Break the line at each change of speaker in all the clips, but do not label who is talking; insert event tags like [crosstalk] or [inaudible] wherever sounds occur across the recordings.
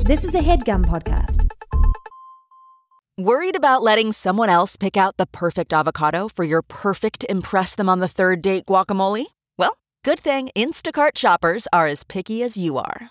This is a headgum podcast.
Worried about letting someone else pick out the perfect avocado for your perfect Impress Them on the Third Date guacamole? Well, good thing Instacart shoppers are as picky as you are.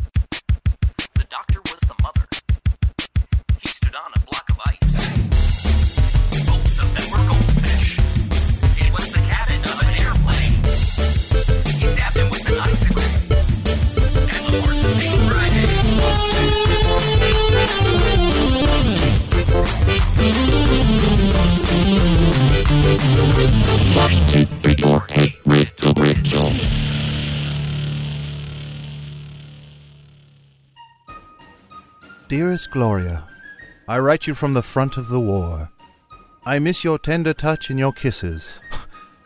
The doctor was the mother. He stood on a block of ice. Both of them were goldfish. It was the cabin of an airplane. He stabbed him with an icicle. And the horse was named Friday.
Dearest Gloria, I write you from the front of the war. I miss your tender touch and your kisses.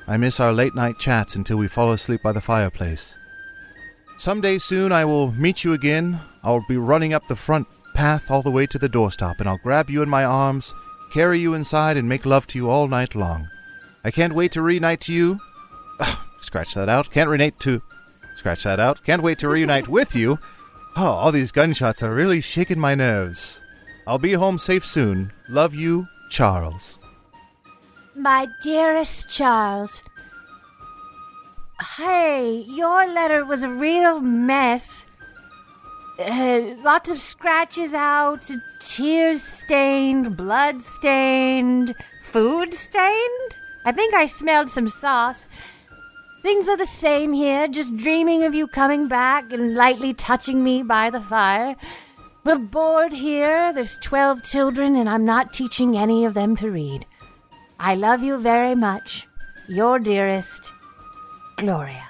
I miss our late night chats until we fall asleep by the fireplace. Someday soon I will meet you again. I'll be running up the front path all the way to the doorstop, and I'll grab you in my arms, carry you inside, and make love to you all night long. I can't wait to reunite to you. [sighs] Scratch that out. Can't renate to. Scratch that out. Can't wait to reunite with you. Oh, all these gunshots are really shaking my nerves. I'll be home safe soon. Love you, Charles.
My dearest Charles. Hey, your letter was a real mess. Uh, lots of scratches out, tears stained, blood stained, food stained? I think I smelled some sauce. Things are the same here, just dreaming of you coming back and lightly touching me by the fire. We're bored here, there's 12 children, and I'm not teaching any of them to read. I love you very much. Your dearest, Gloria.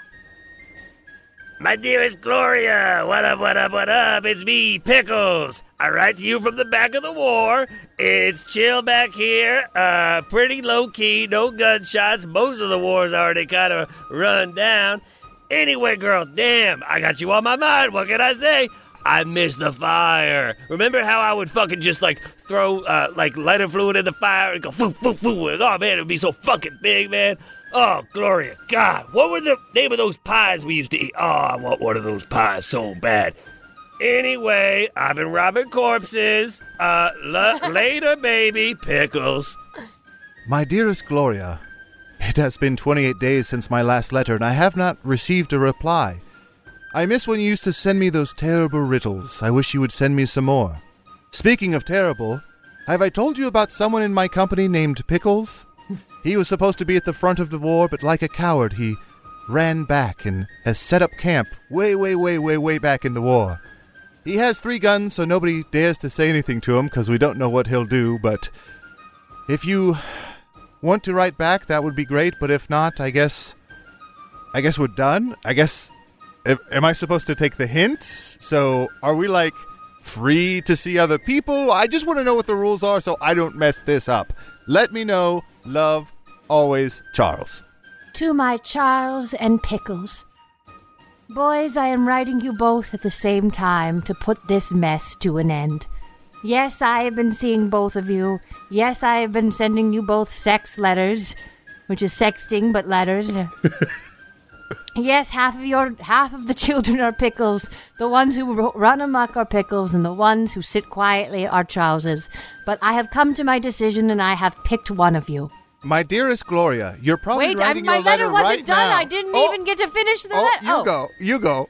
My dearest Gloria, what up, what up, what up? It's me, Pickles. I write to you from the back of the war. It's chill back here, uh, pretty low key, no gunshots. Most of the war's already kind of run down. Anyway, girl, damn, I got you on my mind. What can I say? I miss the fire. Remember how I would fucking just like throw uh, like lighter fluid in the fire and go foo foo foo. and, Oh man, it would be so fucking big, man. Oh Gloria, God, what were the name of those pies we used to eat? Oh, I want one of those pies so bad. Anyway, I've been robbing corpses. Uh, lo- [laughs] later, baby, pickles.
My dearest Gloria, it has been 28 days since my last letter, and I have not received a reply. I miss when you used to send me those terrible riddles. I wish you would send me some more. Speaking of terrible, have I told you about someone in my company named Pickles? he was supposed to be at the front of the war, but like a coward, he ran back and has set up camp way, way, way, way, way back in the war. He has three guns, so nobody dares to say anything to him because we don't know what he'll do, but if you want to write back, that would be great. But if not, I guess, I guess we're done. I guess, am- am I supposed to take the hint? So are we like free to see other people? I just want to know what the rules are so I don't mess this up. Let me know. Love, always, Charles.
To my Charles and Pickles. Boys, I am writing you both at the same time to put this mess to an end. Yes, I have been seeing both of you. Yes, I have been sending you both sex letters, which is sexting but letters. yes, half of your half of the children are pickles. The ones who ru- run amok are pickles and the ones who sit quietly are trousers. But I have come to my decision and I have picked one of you.
My dearest Gloria, you're probably
Wait, I,
writing
my
your
letter, wasn't
right
done.
now.
I didn't
Oh,
even get to finish the
Oh,
letter.
you go. You go.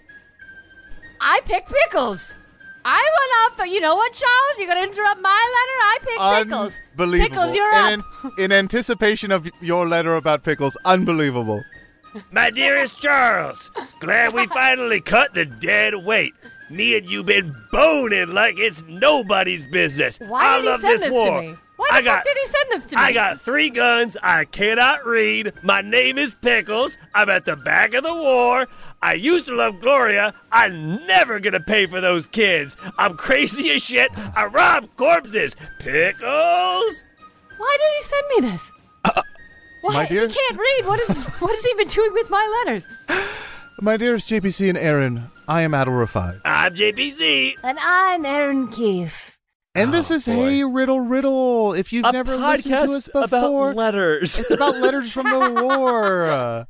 I picked pickles. I went off, but you know what, Charles? You're gonna interrupt my letter. I picked pickles.
Unbelievable.
Pickles, you're up.
in, in anticipation of your letter about pickles, unbelievable.
My dearest Charles, glad
[laughs]
we finally cut the dead weight. Me and you been boning like it's nobody's business.
Why
I
did he
love
send
this
this
war.
to me? Why Why the
I
fuck
got-
did he send this to me?
I got three guns. I cannot read. My name is Pickles. I'm at the back of the war. I used to love Gloria. I'm never gonna pay for those kids. I'm crazy as shit. I rob corpses. Pickles.
Why did he send me this? Why?
Uh, my dear-
He can't read. What is what is he been doing with my letters?
My dearest JPC and Aaron, I am Adol Rafi.
I'm JPC.
And I'm Aaron Keefe.
And this
Oh,
is
boy.
Hey Riddle Riddle. If you've
a
never listened
podcast
to us
about
before, [laughs]
letters.
it's about letters
[laughs]
from the war.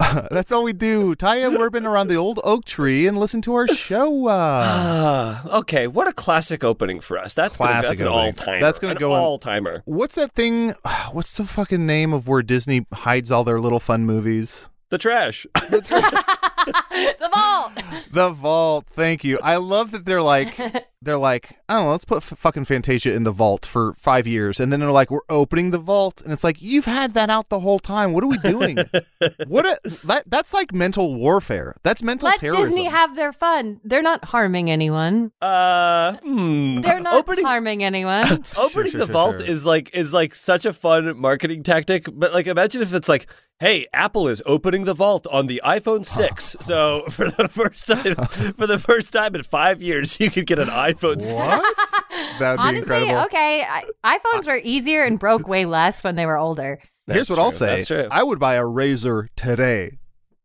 [laughs] That's all we do. Tie a ribbon around the old oak tree and listen to our show.
[sighs]
Uh,
Ah, okay, what a classic opening for us. That's
Classic
gonna, that's an
opening.
all timer.
That's gonna go in-
all timer.
what's that thing? [sighs] What's the fucking name of where Disney hides all their little fun movies?
The trash.
The
[laughs]
vault.
The vault. Thank you. I love that they're
[laughs]
like they're like I don't know. Let's put f- fucking Fantasia in the vault for five years, and then they're like we're opening the vault, and it's like you've had that out the whole time. What are we
[laughs]
doing? what a, that that's like mental warfare. That's mental
Let
terrorism.
Disney have their fun. They're not harming anyone.
[laughs] Uh, hmm.
They're not
opening
[laughs]
harming anyone.
opening
sure,
the
sure,
vault
sure.
is like is like such a fun marketing tactic. But like, imagine if it's like, hey, Apple is opening the vault on the
[sighs]
iPhone six. so [laughs] for the first time, for the first time in five years, you could get
[laughs]
an iPhone six.
What? That'd be
Honestly,
incredible.
okay. I, iPhones were easier and broke way less when they were older.
Here's
That's
what I'll
true,
say.
that's true.
I would buy a razor today.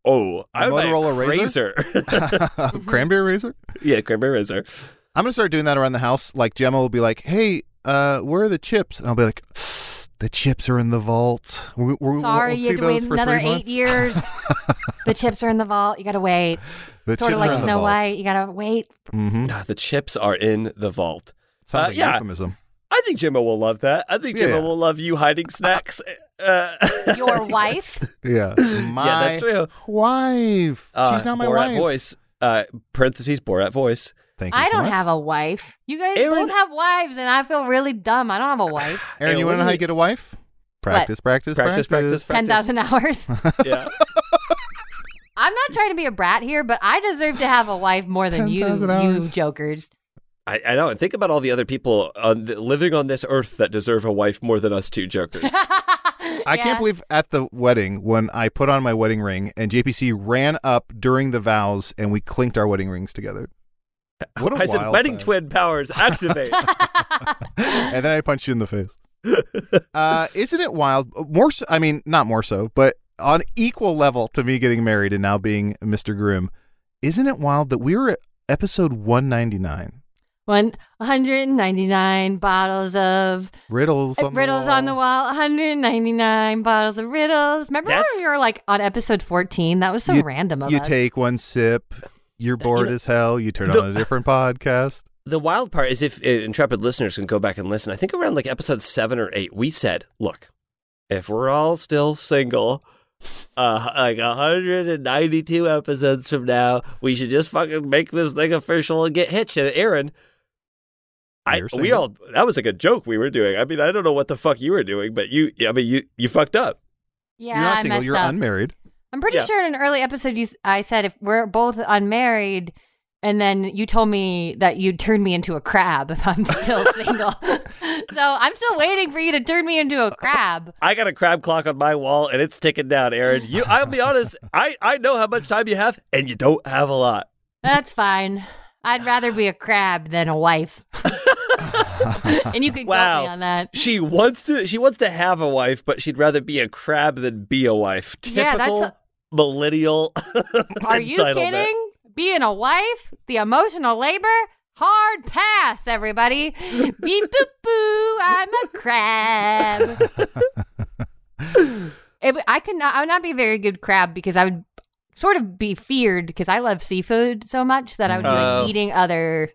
Oh, I would buy a
Motorola Razr?
razor.
[laughs] Uh,
Mm-hmm.
Cranberry razor?
[laughs] yeah, cranberry razor.
I'm gonna start doing that around the house. Like Gemma will be like, "Hey, uh, where are the chips?" And I'll be like, "The chips are in the vault. We, we,
Sorry,
we'll
you
see
had to
those
wait
for
another
three
eight
months. [laughs]
years. the chips are in the vault. You gotta wait.
The
Sort
chips
of
are
like
in the
Snow
vault.
White. You gotta wait.
Mm-hmm.
Ah, the chips are in the vault.
Sounds
Uh,
like
yeah.
euphemism.
I think Jimmo will love that. I think Jimmo
Yeah.
will love you hiding snacks. Uh,
[laughs]
[laughs]
Your wife.
Yeah, my
yeah, that's true.
wife.
Uh,
She's not my
Borat
wife.
voice. Uh, parentheses
[laughs]
Borat voice.
Thank you
I
so
don't
much.
have a wife. You guys
Aaron-
both have wives, and I feel really dumb. I don't have a wife.
[laughs] Aaron,
Hey,
you
what
want to
do
know how
we-
you get a wife? Practice, practice,
Practice, practice,
Ten thousand hours.
[laughs]
Yeah.
I'm not trying to be a brat here, but I deserve to have a wife more than you,
10,000
you
hours.
jokers. [laughs]
I, I know. And think about all the other people on the, living on this earth that deserve a wife more than us
[laughs]
two jokers.
I
Yeah.
can't believe at the wedding when I put on my wedding ring and JPC ran up during the vows and we clinked our wedding rings together. What a
I said,
wild
wedding
time.
twin powers
[laughs]
activate.
and then I punched you in the face. uh, isn't it wild? More, so, I mean, not more so, but on equal level to me getting married and now being Mr. Groom. Isn't it wild that we were at episode 199?
[laughs] One hundred and ninety-nine bottles of
Riddles
uh,
on
riddles
the wall.
on the wall. One hundred and ninety-nine bottles of riddles. Remember
That's-
when we were like on episode fourteen? That was so
You-
random of
You
us. Uh,
take one sip, you're bored
know-
as hell, you turn
The-
on a different podcast.
the wild part is if uh, intrepid listeners can go back and listen, I think around like episode seven or eight, we said, look, if we're all still single, uh, like 192 episodes from now, we should just fucking make this thing official and get hitched. And Aaron, I,
You're
we
single.
all that was like a joke we were doing. I mean, I don't know what the fuck you were doing, but you, I mean, you you fucked up.
yeah,
you're not
I
single,
messed
you're
up.
unmarried.
I'm pretty
Yeah.
sure in an early episode you s- I said if we're both unmarried and then you told me that you'd turn me into a crab if I'm
[laughs]
still single. [laughs] so I'm still waiting for you to turn me into a crab.
I got a crab clock on my wall and it's ticking down, Aaron. You, I'll be honest, I I know how much time you have, and you don't have a lot.
That's fine. I'd rather be a crab than a wife. [laughs] and you could wow.
Wow.
me on that.
She wants to. She wants to have a wife, but she'd rather be a crab than be a wife. Typical
Yeah, that's a-
millennial. [laughs]
[laughs]
Are you
entitlement.
kidding? Being a wife, the emotional labor, hard pass, everybody. Beep boop boo, I'm a
[laughs]
crab. It w- I could not. I would not be a very good crab because I would sort of be feared because I love seafood so much that I would be
Oh.
Uh-huh.
like eating other.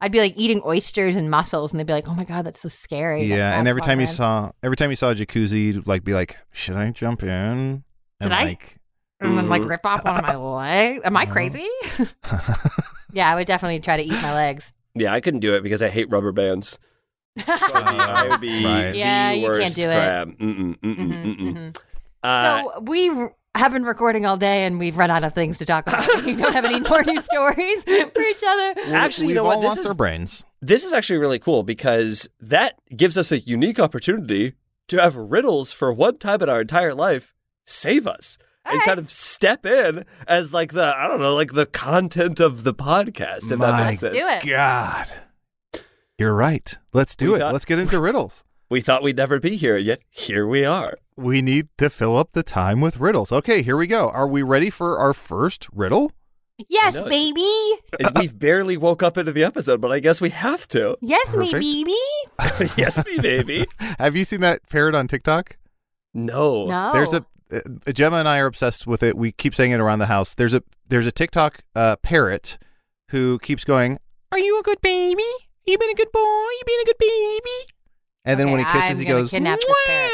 I'd be like eating oysters and mussels, and they'd be like, "Oh my god, that's so scary." that
Yeah, and
crab's
every time you
on land."
saw every time you saw a jacuzzi, you'd like be like, should I jump in?
Should
and,
I?
Like,
and then
[laughs]
like rip off one of my legs. Am I
Uh-huh.
crazy? [laughs] yeah, I would definitely try to eat my legs.
Yeah, I couldn't do it because I hate
[laughs]
rubber bands.
[laughs]
I would be
Right.
the
Yeah, you can't
worst
do it.
crab. Mm-mm, mm-mm,
Mhm,
mm-mm.
mhm.
mm-hmm. Uh,
Mm-hmm, so we r- have been recording all day and we've run out of things to talk about. we don't have any more
[laughs]
new stories for each other.
Actually, you
We've
know
all
what? This
lost
is
our brains.
this is actually really cool because that gives us a unique opportunity to have riddles for one time in our entire life save us and
Alright.
kind of step in as like the I don't know like the content of the podcast. If that
My
makes sense.
Do it.
God. You're right. Let's do
We
it.
got-
Let's get into riddles.
We thought we'd never be here, yet here we are.
We need to fill up the time with riddles. Okay, here we go. Are we ready for our first riddle?
Yes,
I know.
baby.
And we've barely woke up into the episode, but I guess we have to. [laughs]
Yes, me,
Perfect.
baby.
yes, me
[laughs]
baby.
Have you seen that parrot on TikTok?
No.
No.
There's a
Oh.
uh, Gemma and I are obsessed with it. We keep saying it around the house. There's a there's a TikTok uh, parrot who keeps going. Are you a good baby? You been a good boy. You been a good baby. And then
Okay,
when he kisses,
I'm
he
gonna
goes.
kidnap this parrot.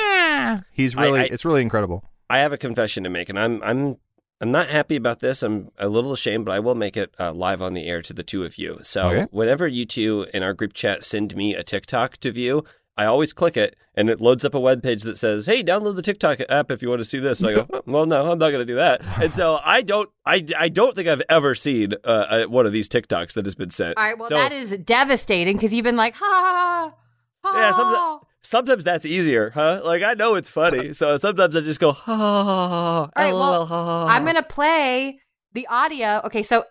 "Mwah." He's
I-
really
I-
it's really incredible.
I have a confession to make, and I'm I'm I'm not happy about this. I'm a little ashamed, but I will make it uh, live on the air to the two of you. So
Okay.
whenever you two in our group chat send me a TikTok to view, I always click it, and it loads up a web page that says, "Hey, download the TikTok app if you want to see this." And I go, "Oh, "Well, no, I'm not going to do that." And so I don't I, I don't think I've ever seen uh, uh, one of these TikToks that has been sent.
All right, well,
So
that is devastating because you've been like, ha, ha,
Yeah, some of the-
ha.
Sometimes that's easier, huh? Like I know it's funny, so sometimes I just go ha ha ha ha.
All right,
LOL,
well,
ha, ha, ha.
I'm going to play the audio. Okay, so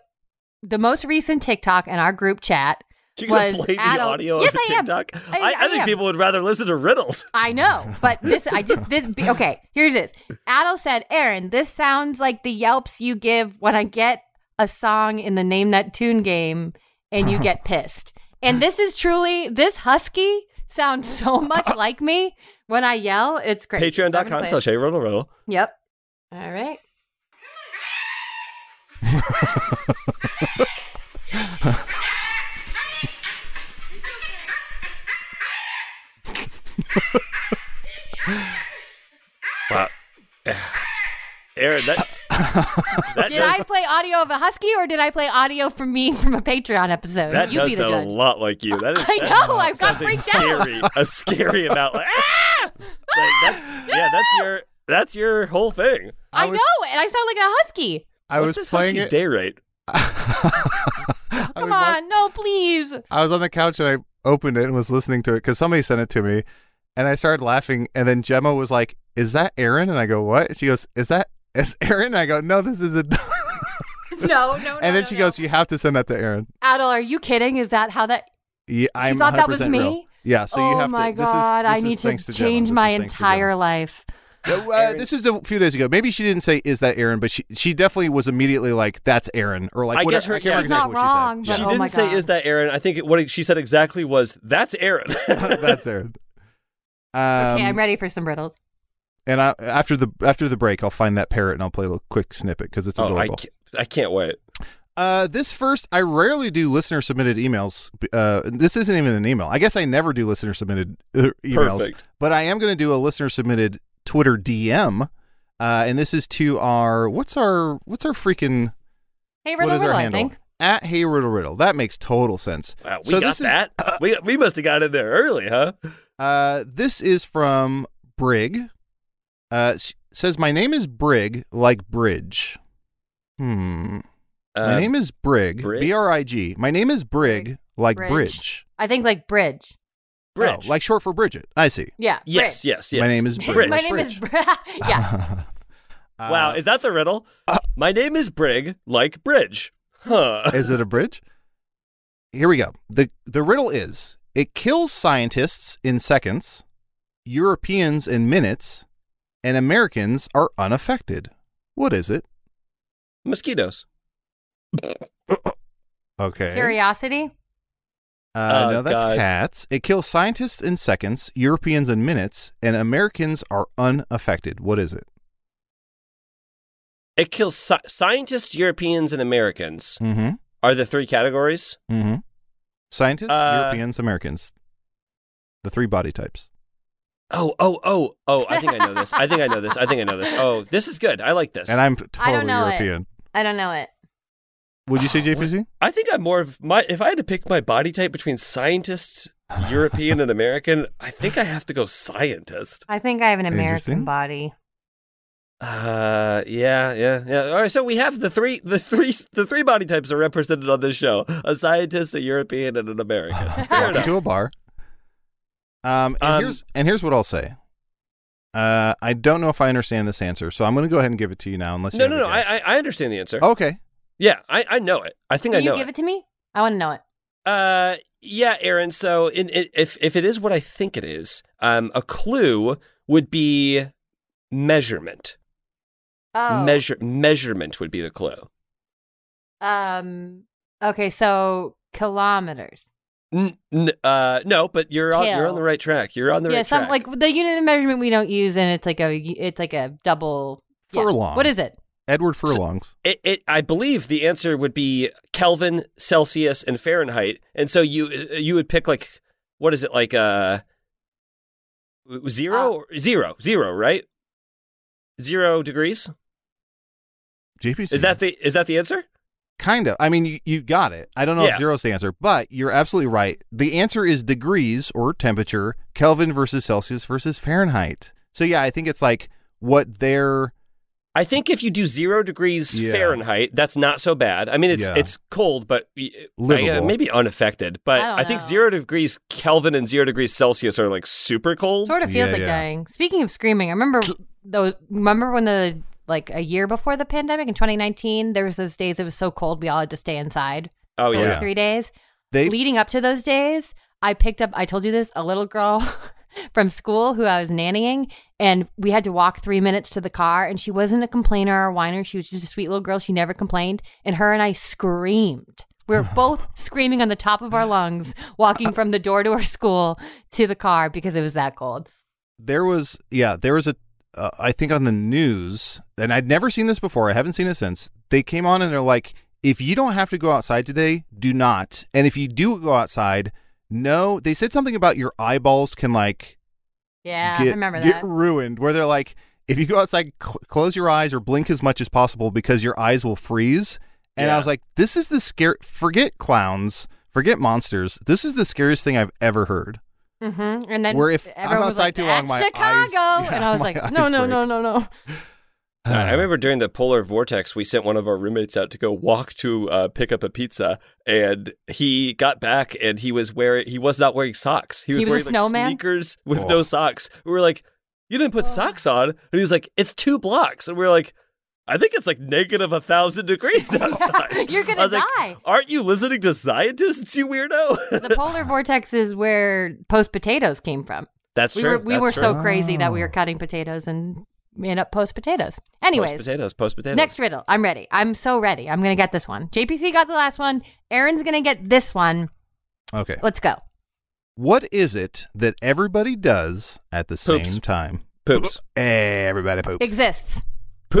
the most recent TikTok in our group chat.
[laughs] You're gonna
was
play the
adult-
audio
Yes,
of the
I am.
TikTok?
I-
I, I,
I
think
am.
people would rather listen to riddles.
I know, but this, I just,
[laughs]
this, be- okay, here's this. Adel said, Aaron, this sounds like the yelps you give when I get a song in the Name That Tune game and
[laughs]
you get pissed. And this is truly, this husky sounds
[laughs]
so much like me when I yell. It's great. So I'm gonna
Patreon.com
play it.
slash hey riddle riddle.
Yep. All right.
Wow. [sighs] Aaron,
[laughs]
that, that
Did
does,
I play audio of a husky or did I play audio from me [laughs] from a Patreon episode?
that
you
does
be the
sound a
judge.
lot
[laughs]
like you. That is,
I
that
know, I've got
sounds a
freaked out.
scary, A scary amount.
[laughs]
Like, [laughs] ah! like that's yeah, that's your that's your whole thing.
I,
I was-
know, and I sound like a husky.
I
What's
was
this
playing
Huskies
it.
day rate.
I
Come
was wa-
on, no, please. [laughs]
I was on the couch and I opened it and was listening to it because somebody sent it to me, and I started laughing. And then Gemma was like, "Is that Aaron?" And I go, "What?" And she goes, "Is that is [laughs] Aaron?" And I go, "No, this is a." [laughs]
No, no, no.
and then
no,
she
no.
goes, "You have to send that to Aaron."
Adel, are you kidding? Is that how that?
Yeah, I'm
thought that was
100% real.
me?
Yeah, so
oh
you have
my
to.
god,
this is, this
I
is
need
thanks
to
Gemma.
change
This is
my
thanks to
entire
Gemma.
life.
No, uh, this was a few days ago. Maybe she didn't say "Is that Aaron," but she she definitely was immediately like, "That's Aaron," or like,
I
whatever-
guess her-
I can't
yeah.
remember
She's
not
exactly what
wrong,
she
But
she
oh
didn't
my
say
God.
is that Aaron. I think what she said exactly was that's Aaron.
said. [laughs] That's Aaron. Um,
okay, I'm ready for some riddles.
And I, after the after the break, I'll find that parrot and I'll play a little quick snippet because it's
[laughs] oh, I
adorable.
can't, I can't wait.
Uh, this first, I rarely do listener submitted emails. Uh, this isn't even an email. I guess I never do listener submitted uh, emails.
Perfect.
But I am going to do a listener submitted Twitter DM, uh, and this is to our what's our what's our freaking
Hey,
what
riddle,
is
riddle.
our
I
handle
think.
at Hey Riddle Riddle. That makes total sense.
Wow, Uh, we
so
got
this is-
that. we we must have got in there early, huh?
Uh, this is from Brig. Uh, s- says my name is Brig, like bridge. Hmm. my
Uh,
name is Brig.
Brig?
B R I G. My name is Brig,
Brig.
like
Bridge.
bridge.
I think like bridge.
Bridge.
Oh, like short for Bridget. I see.
Yeah.
yes,
bridge.
yes, yes.
My name is Bridge.
[laughs] My name is. [laughs] yeah.
Uh,
wow, is that the riddle? my name is Brig, like bridge. Huh.
is it a bridge? Here we go. The the riddle is it kills scientists in seconds, Europeans in minutes, and Americans are unaffected. What is it?
Mosquitoes.
[laughs] Okay.
Curiosity.
Uh,
Oh,
no, that's
God.
cats. It kills scientists in seconds, Europeans in minutes, and Americans are unaffected. What is it?
It kills sci- scientists, Europeans, and Americans.
Mm
Are the three categories?
hmm. Mm hmm. Scientists,
Uh,
Europeans, Americans. The three body types.
Oh, oh, oh, oh! I think I know this. I think I know this. I think I know this. Oh, this is good. I like this.
And I'm
I
totally
don't know it.
European.
I don't know it.
Would you say
Oh, what-
JPC?
I think I'm more of my. If I had to pick my body type between scientist, European, and American, I think I have to go scientist.
I think I have an American
Interesting.
body.
Uh, yeah, yeah, yeah. All right, so we have the three, the three, the three body types are represented on this show: a scientist, a European, and an American. Fair
Walk
enough.
into a bar. Um, and
Um,
here's and here's what I'll say. Uh, I don't know if I understand this answer, so I'm going to go ahead and give it Oh. to you now. Unless
No,
you
no,
have
no.
a
I, I,
guess.
I understand the answer.
okay.
Yeah, I, I know it. I think
Will
I know
you give
it.
it. to me? I want to know it.
Uh, yeah, Aaron. So, in, i if if it is what I think it is, um, a clue would be measurement.
Oh,
Measure measurement would be the clue.
um, okay. So kilometers.
N- n- uh, no, but you're on you're on
Kill.
the right track. You're on the
yeah,
right
some
track.
like the unit of measurement we don't use, and it's like a it's like a double yeah.
Furlong.
What is it?
Edward Furlongs.
It, it, I believe the answer would be Kelvin, Celsius, and Fahrenheit, and so you uh, you would pick like what is it like uh
Uh.
zero or zero zero right zero degrees
JPC.
is that the is that the answer
kind of? I mean, you, you got it. I don't know
Yeah.
if zero's the answer, but you're absolutely right. The answer is degrees or temperature, Kelvin versus Celsius versus Fahrenheit. So yeah, I think it's like what their
I think if you do zero degrees
Yeah.
Fahrenheit, that's not so bad. I mean, it's
Yeah.
it's cold, but y- I, uh,
Livable.
maybe unaffected. But
I don't
I, think
know.
zero degrees Kelvin and zero degrees Celsius are like super cold.
Sort of feels
Yeah,
like
yeah.
dying. Speaking of screaming, I remember those. Remember when the like a year before the pandemic in 2019, there was those days it was so cold we all had to stay inside
Oh
for like
yeah,
three days.
they
Leading up to those days, I picked up. I told you this. A little girl [laughs] from school who I was nannying, and we had to walk three minutes to the car. And she wasn't a complainer or whiner. She was just a sweet little girl. She never complained. And her and I screamed.
[sighs]
We were both screaming on the top of our lungs, walking from the door to our school to the car because it was that cold.
there was yeah there was a uh, i think on the news and i'd never seen this before i haven't seen it since they came on and they're like if you don't have to go outside today do not and if you do go outside no they said something about your eyeballs can like
Yeah,
get,
I remember
get
that.
ruined where they're like if you go outside cl- close your eyes or blink as much as possible because your eyes will freeze and i
Yeah.
was like this is the scare forget clowns forget monsters this is the scariest thing i've ever heard
hmm And then
Where if
everyone
I'm
was like,
outside too long,
"That's
my eyes-
Chicago,
yeah,
and I was
my
like,
[laughs] eyes
no, no, no,
break.
no, no.
Uh, I remember during the polar vortex, we sent one of our roommates out to go walk to uh, pick up a pizza, and he got back and he was wearing he was not wearing socks. He was,
He was a
wearing like,
snowman? Oh.
sneakers with
Oh.
no socks. We were like, "You didn't put socks on," and he was like, "It's two blocks," and we were like. I think it's like negative a thousand
[laughs]
degrees outside.
You're gonna
I was like,
die.
Aren't you listening to scientists, you weirdo? [laughs]
The polar vortex is where post potatoes came from.
That's
we
true.
were we
That's
were
true.
so crazy that we
Ah.
were cutting potatoes and made up post potatoes.
post
Anyways,
potatoes, post potatoes.
next riddle. I'm ready. I'm so ready. I'm gonna get this one. JPC got the last one. Aaron's gonna get this one.
okay
Let's go.
What is it that everybody does at the
Poops.
same time?
poops,
Everybody poops.
Exists.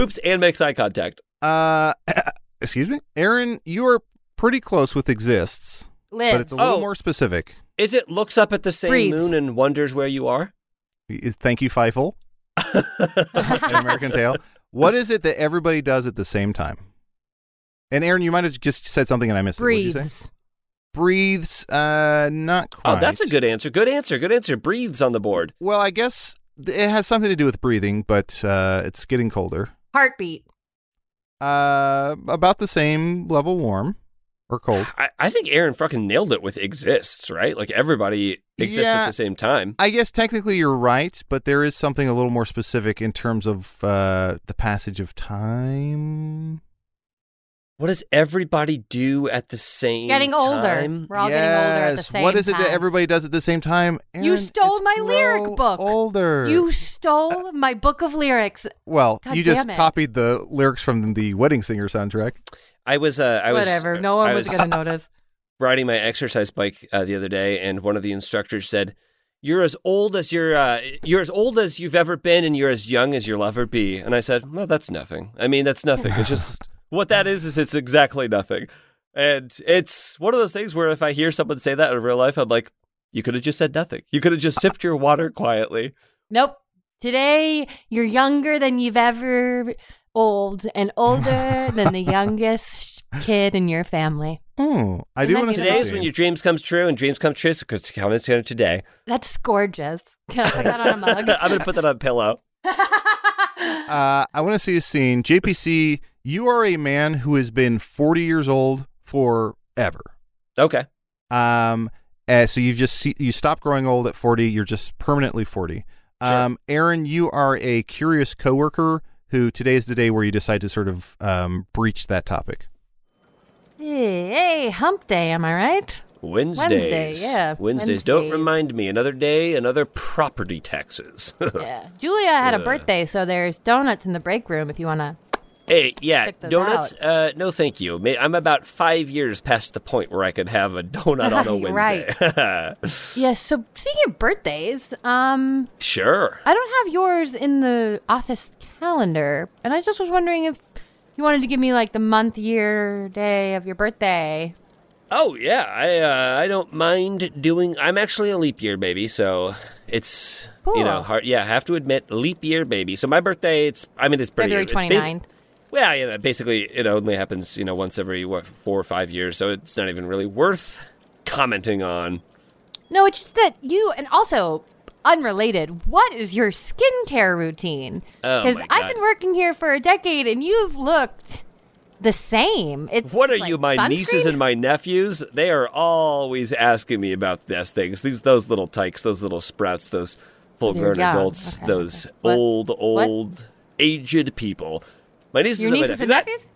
poops, and makes eye contact.
Uh, [coughs] excuse me, Aaron. You are pretty close with exists,
Lives.
but it's a little
Oh.
more specific.
Is it looks up at the same
Breathes.
moon and wonders where you are?
Y- Thank you, Feifel. in American Tale. What is it that everybody does at the same time? And Aaron, you might have just said something and I missed it. What'd you say?
breathes.
Breathes. Uh, not quite.
Oh, that's a good answer. Good answer. Good answer. Breathes on the board.
Well, I guess th- it has something to do with breathing, but uh, it's getting colder.
Heartbeat.
Uh, about the same level warm or
[sighs]
cold.
I, I think Aaron fucking nailed it with exists, right? Like everybody exists
Yeah.
at the same time.
I guess technically you're right, but there is something a little more specific in terms of uh, the passage of time.
What does everybody do at the same
Getting older.
time?
We're all getting older at the
Yes.
same
What is it that
time.
everybody does at the same time?
You
Aaron,
stole
it's
my
grow
lyric book.
Older.
You stole my book of lyrics.
well,
God
you just
damn it.
copied the lyrics from the Wedding Singer soundtrack.
I was. Uh, I was.
Whatever. No one
I
was, gonna notice.
riding my exercise bike uh, the other day, and one of the instructors said, "You're as old as you're uh, you're as old as you've ever been, and you're as young as you'll ever be." And I said, "No, that's nothing. I mean, that's nothing. It's just what that is. Is it's exactly nothing." And it's one of those things where if I hear someone say that in real life, I'm like, "You could have just said nothing. You could have just sipped your water quietly."
Nope. Today you're younger than you've ever old and older than the youngest kid in your family.
Hmm. I
Wouldn't
do
that
want
be
to
the
Today
best?
is when your dreams comes true, and dreams come true because coming true today.
That's gorgeous. Can I put that on a
[laughs] I'm
mug?
gonna put that on a pillow.
Uh, I want to see a scene. JPC, you are a man who has been 40 years old forever.
Okay.
Um, uh, so you've just see, you stop growing old at 40. You're just permanently 40.
Sure.
Um, Aaron, you are a curious coworker who today is the day where you decide to sort of um, breach that topic.
Hey, hump day, am I right?
Wednesdays.
yeah,
Wednesdays. Don't
Wednesdays.
remind me. Another day, another property taxes. [laughs]
Yeah. Julia had a birthday, so there's donuts in the break room if you want to.
hey, yeah,
Check those
donuts?
out.
Uh, no, thank you. May- I'm about five years past the point where I could have
[laughs]
a donut on a Wednesday.
Yeah, so speaking of birthdays, um,
[laughs] sure.
I don't have yours in the office calendar, and I just was wondering if you wanted to give me like the month, year, day of your birthday.
Oh yeah, I uh, I don't mind doing. I'm actually a leap year baby, so it's you know
Cool.
hard. Yeah, I have to admit, leap year baby. So my birthday, it's I mean it's pretty
February
it's basi-
29th.
Well, you know, basically it only happens you know once every what, four or five years, so it's not even really worth commenting on.
No, it's just that you, and also unrelated, what is your skincare routine?
Oh,
Because
my God.
I've been working here for a decade, and you've looked the same. It's
What are
like
you, my
sunscreen?
nieces and my nephews? They are always asking me about these things. These those little tykes, those little sprouts, those full grown
young.
adults,
Okay,
those
okay. What-
old,
what?
old, aged people. My nieces,
your
and my
nieces and
I-
nephews?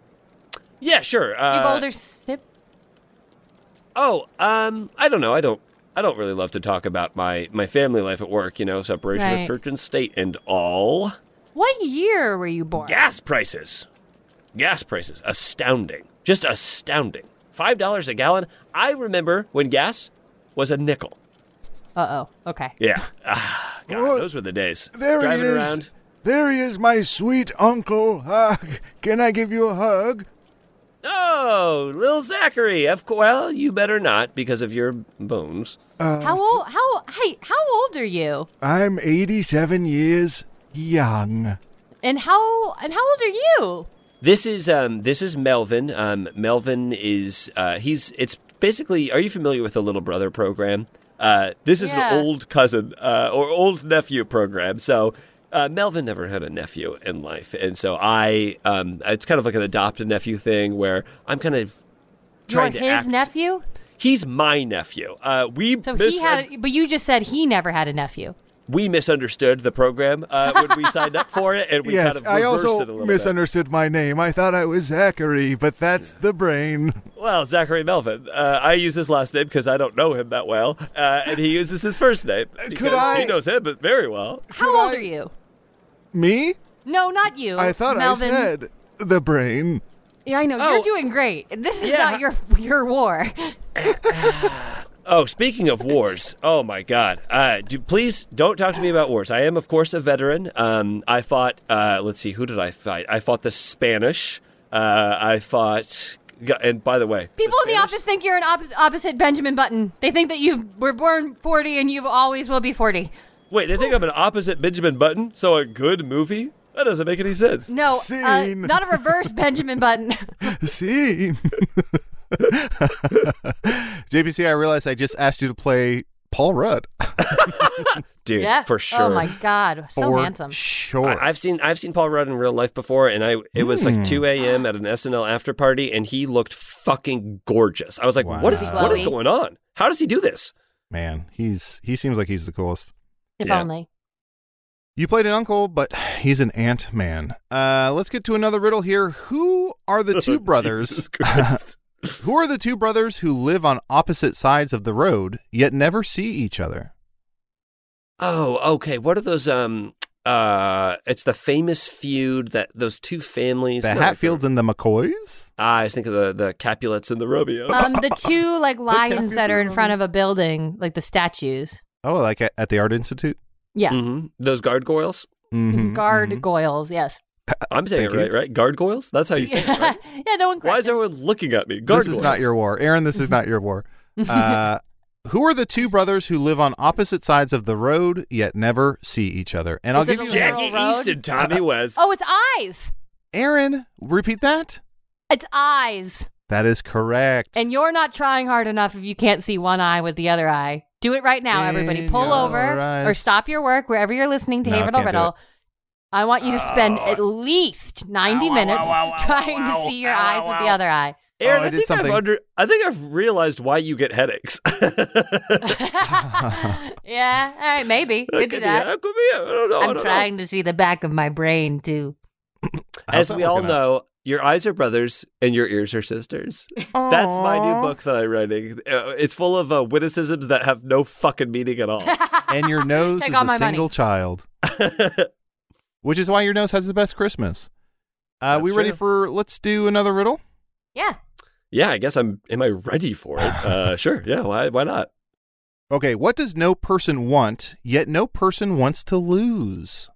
yeah, sure.
you
Uh,
older sip?
oh, um, I don't know. I don't. I don't really love to talk about my my family life at work. You know, separation of
Right.
church and state and all.
What year were you born?
Gas prices. Gas prices. Astounding. Just astounding. $5 a gallon. I remember when gas was a nickel.
Uh oh. Okay.
Yeah. Ah, God,
Oh,
those were the days.
There
Driving
he is.
around.
There he is, my sweet uncle. Ugh, can I give you a hug?
Oh, little Zachary. Of course. Well, you better not because of your bones.
How old? How hey? How old are you?
I'm 87 years young.
And how and how old are you?
This is um this is Melvin. Um Melvin is uh he's it's basically are you familiar with the little brother program? Uh this is
Yeah.
an old cousin uh or old nephew program. So uh, Melvin never had a nephew in life, and so I um it's kind of like an adopt a nephew thing where I'm kind of
You're
trying to
his
act-
nephew.
He's my nephew. Uh we
So he
misread-
had, but you just said he never had a nephew.
we misunderstood the program uh, when we signed up for it and
[laughs]
we
yes,
kind of
I
reversed
also
it a little bit.
misunderstood my name. I thought I was Zachary, but that's the brain.
Well, Zachary Melvin. Uh, I use his last name because I don't know him that well, uh, and he uses his first name because
I-
he knows him very well.
How
Could
old
I-
are you?
Me?
No, not you.
I thought
Melvin.
I said the brain.
Yeah, I know.
Oh.
You're doing great. This is
Yeah.
not your your war.
Oh, speaking of wars, oh my God! Uh, do, please don't talk to me about wars. I am, of course, a veteran. Um, I fought. Uh, let's see, who did I fight? I fought the Spanish. Uh, I fought. And by the way,
People in the
Spanish-
office think you're an op- opposite Benjamin Button. They think that you were born 40 and you always will be 40.
Wait, they think I'm an opposite Benjamin Button. So a good movie that doesn't make any sense.
No, uh,
Scene.
not a
[laughs]
reverse Benjamin Button.
See? [laughs] JPC, I realized I just asked you to play Paul Rudd.
[laughs]
Dude,
yeah,
for sure.
Oh my God, so
for
handsome.
Sure. Hmm.
I- I've seen I've seen Paul Rudd in real life before, and I it was like 2 a.m. at an SNL after party, and he looked fucking gorgeous. I was like, what is
Wow.
what is
Glowy.
going on? How does he do this?
Man, he's he seems like he's the coolest.
If
Yeah.
only.
[laughs]
You played an uncle, but he's an ant man. Uh, let's get to another riddle here. Who are
[laughs]
the two brothers?
Oh, Jesus Christ.
[laughs] who are the two brothers who live on opposite sides of the road yet never see each other?
[laughs] oh, okay. What are those? Um, uh, it's the famous feud that those two families,
the
no,
Hatfields
the-
and the McCoys.
I was thinking of the the Capulets and the Romeos.
Oh,
Um, the two like lions
be
that are in
wrong.
front of a building, like the statues.
Oh, like at, at the Art Institute.
Yeah,
hmm Those gargoyles. mm-hmm,
Mhm, mhm.
gargoyles. Yes.
I'm saying it
Uh, Thank you.
right, right? Gargoyles. That's how you say
[laughs]
[laughs]
it. Right?
yeah, no one.
Why is
corrected.
everyone looking at me? Gargoyles.
This is not your war, Aaron. This
Mm-hmm.
is not your
[laughs]
war. Uh, who are the two brothers who live on opposite sides of the road yet never see each other? And I'll
Is it
give you
a literal-
Jackie
Road?
[laughs]
Easton, Tommy West.
Oh, it's eyes.
Aaron. Repeat that.
It's eyes.
That is correct.
And you're not trying hard enough if you can't see one eye with the other eye. Do it right now, everybody.
In
Pull
your
over
eyes.
or stop your work wherever you're listening to
No, I
Hey Riddle
can't do
Riddle. I want you to spend
Uh,
at least 90
Ow, ow,
minutes
ow, ow,
trying
ow,
to
ow,
see your
ow,
eyes
ow,
with the
ow.
other
[laughs]
eye. [laughs]
Aaron,
I
I,
did
think
something.
I've under I think I've realized why you get headaches. [laughs]
yeah, all right, maybe. Could do
be
that.
it, could be it. I don't know. I
I'm
don't know.
trying to see the back of my brain, too.
How's
As
that
we all
working out?
know, your eyes are brothers and your ears are sisters. That's my new book that I'm writing. Uh, It's full of uh, witticisms that have no fucking meaning
[laughs]
at all. [laughs]
and your nose
Take
is
all
a
my money.
single child, which is why your nose has the best Christmas. Uh,
That's
we ready
true.
for? Let's do another riddle.
Yeah.
yeah, I guess I'm. Am I
[laughs]
ready for it? Uh, sure. Yeah. Why? Why not?
Okay, what does no person want yet no person wants to lose?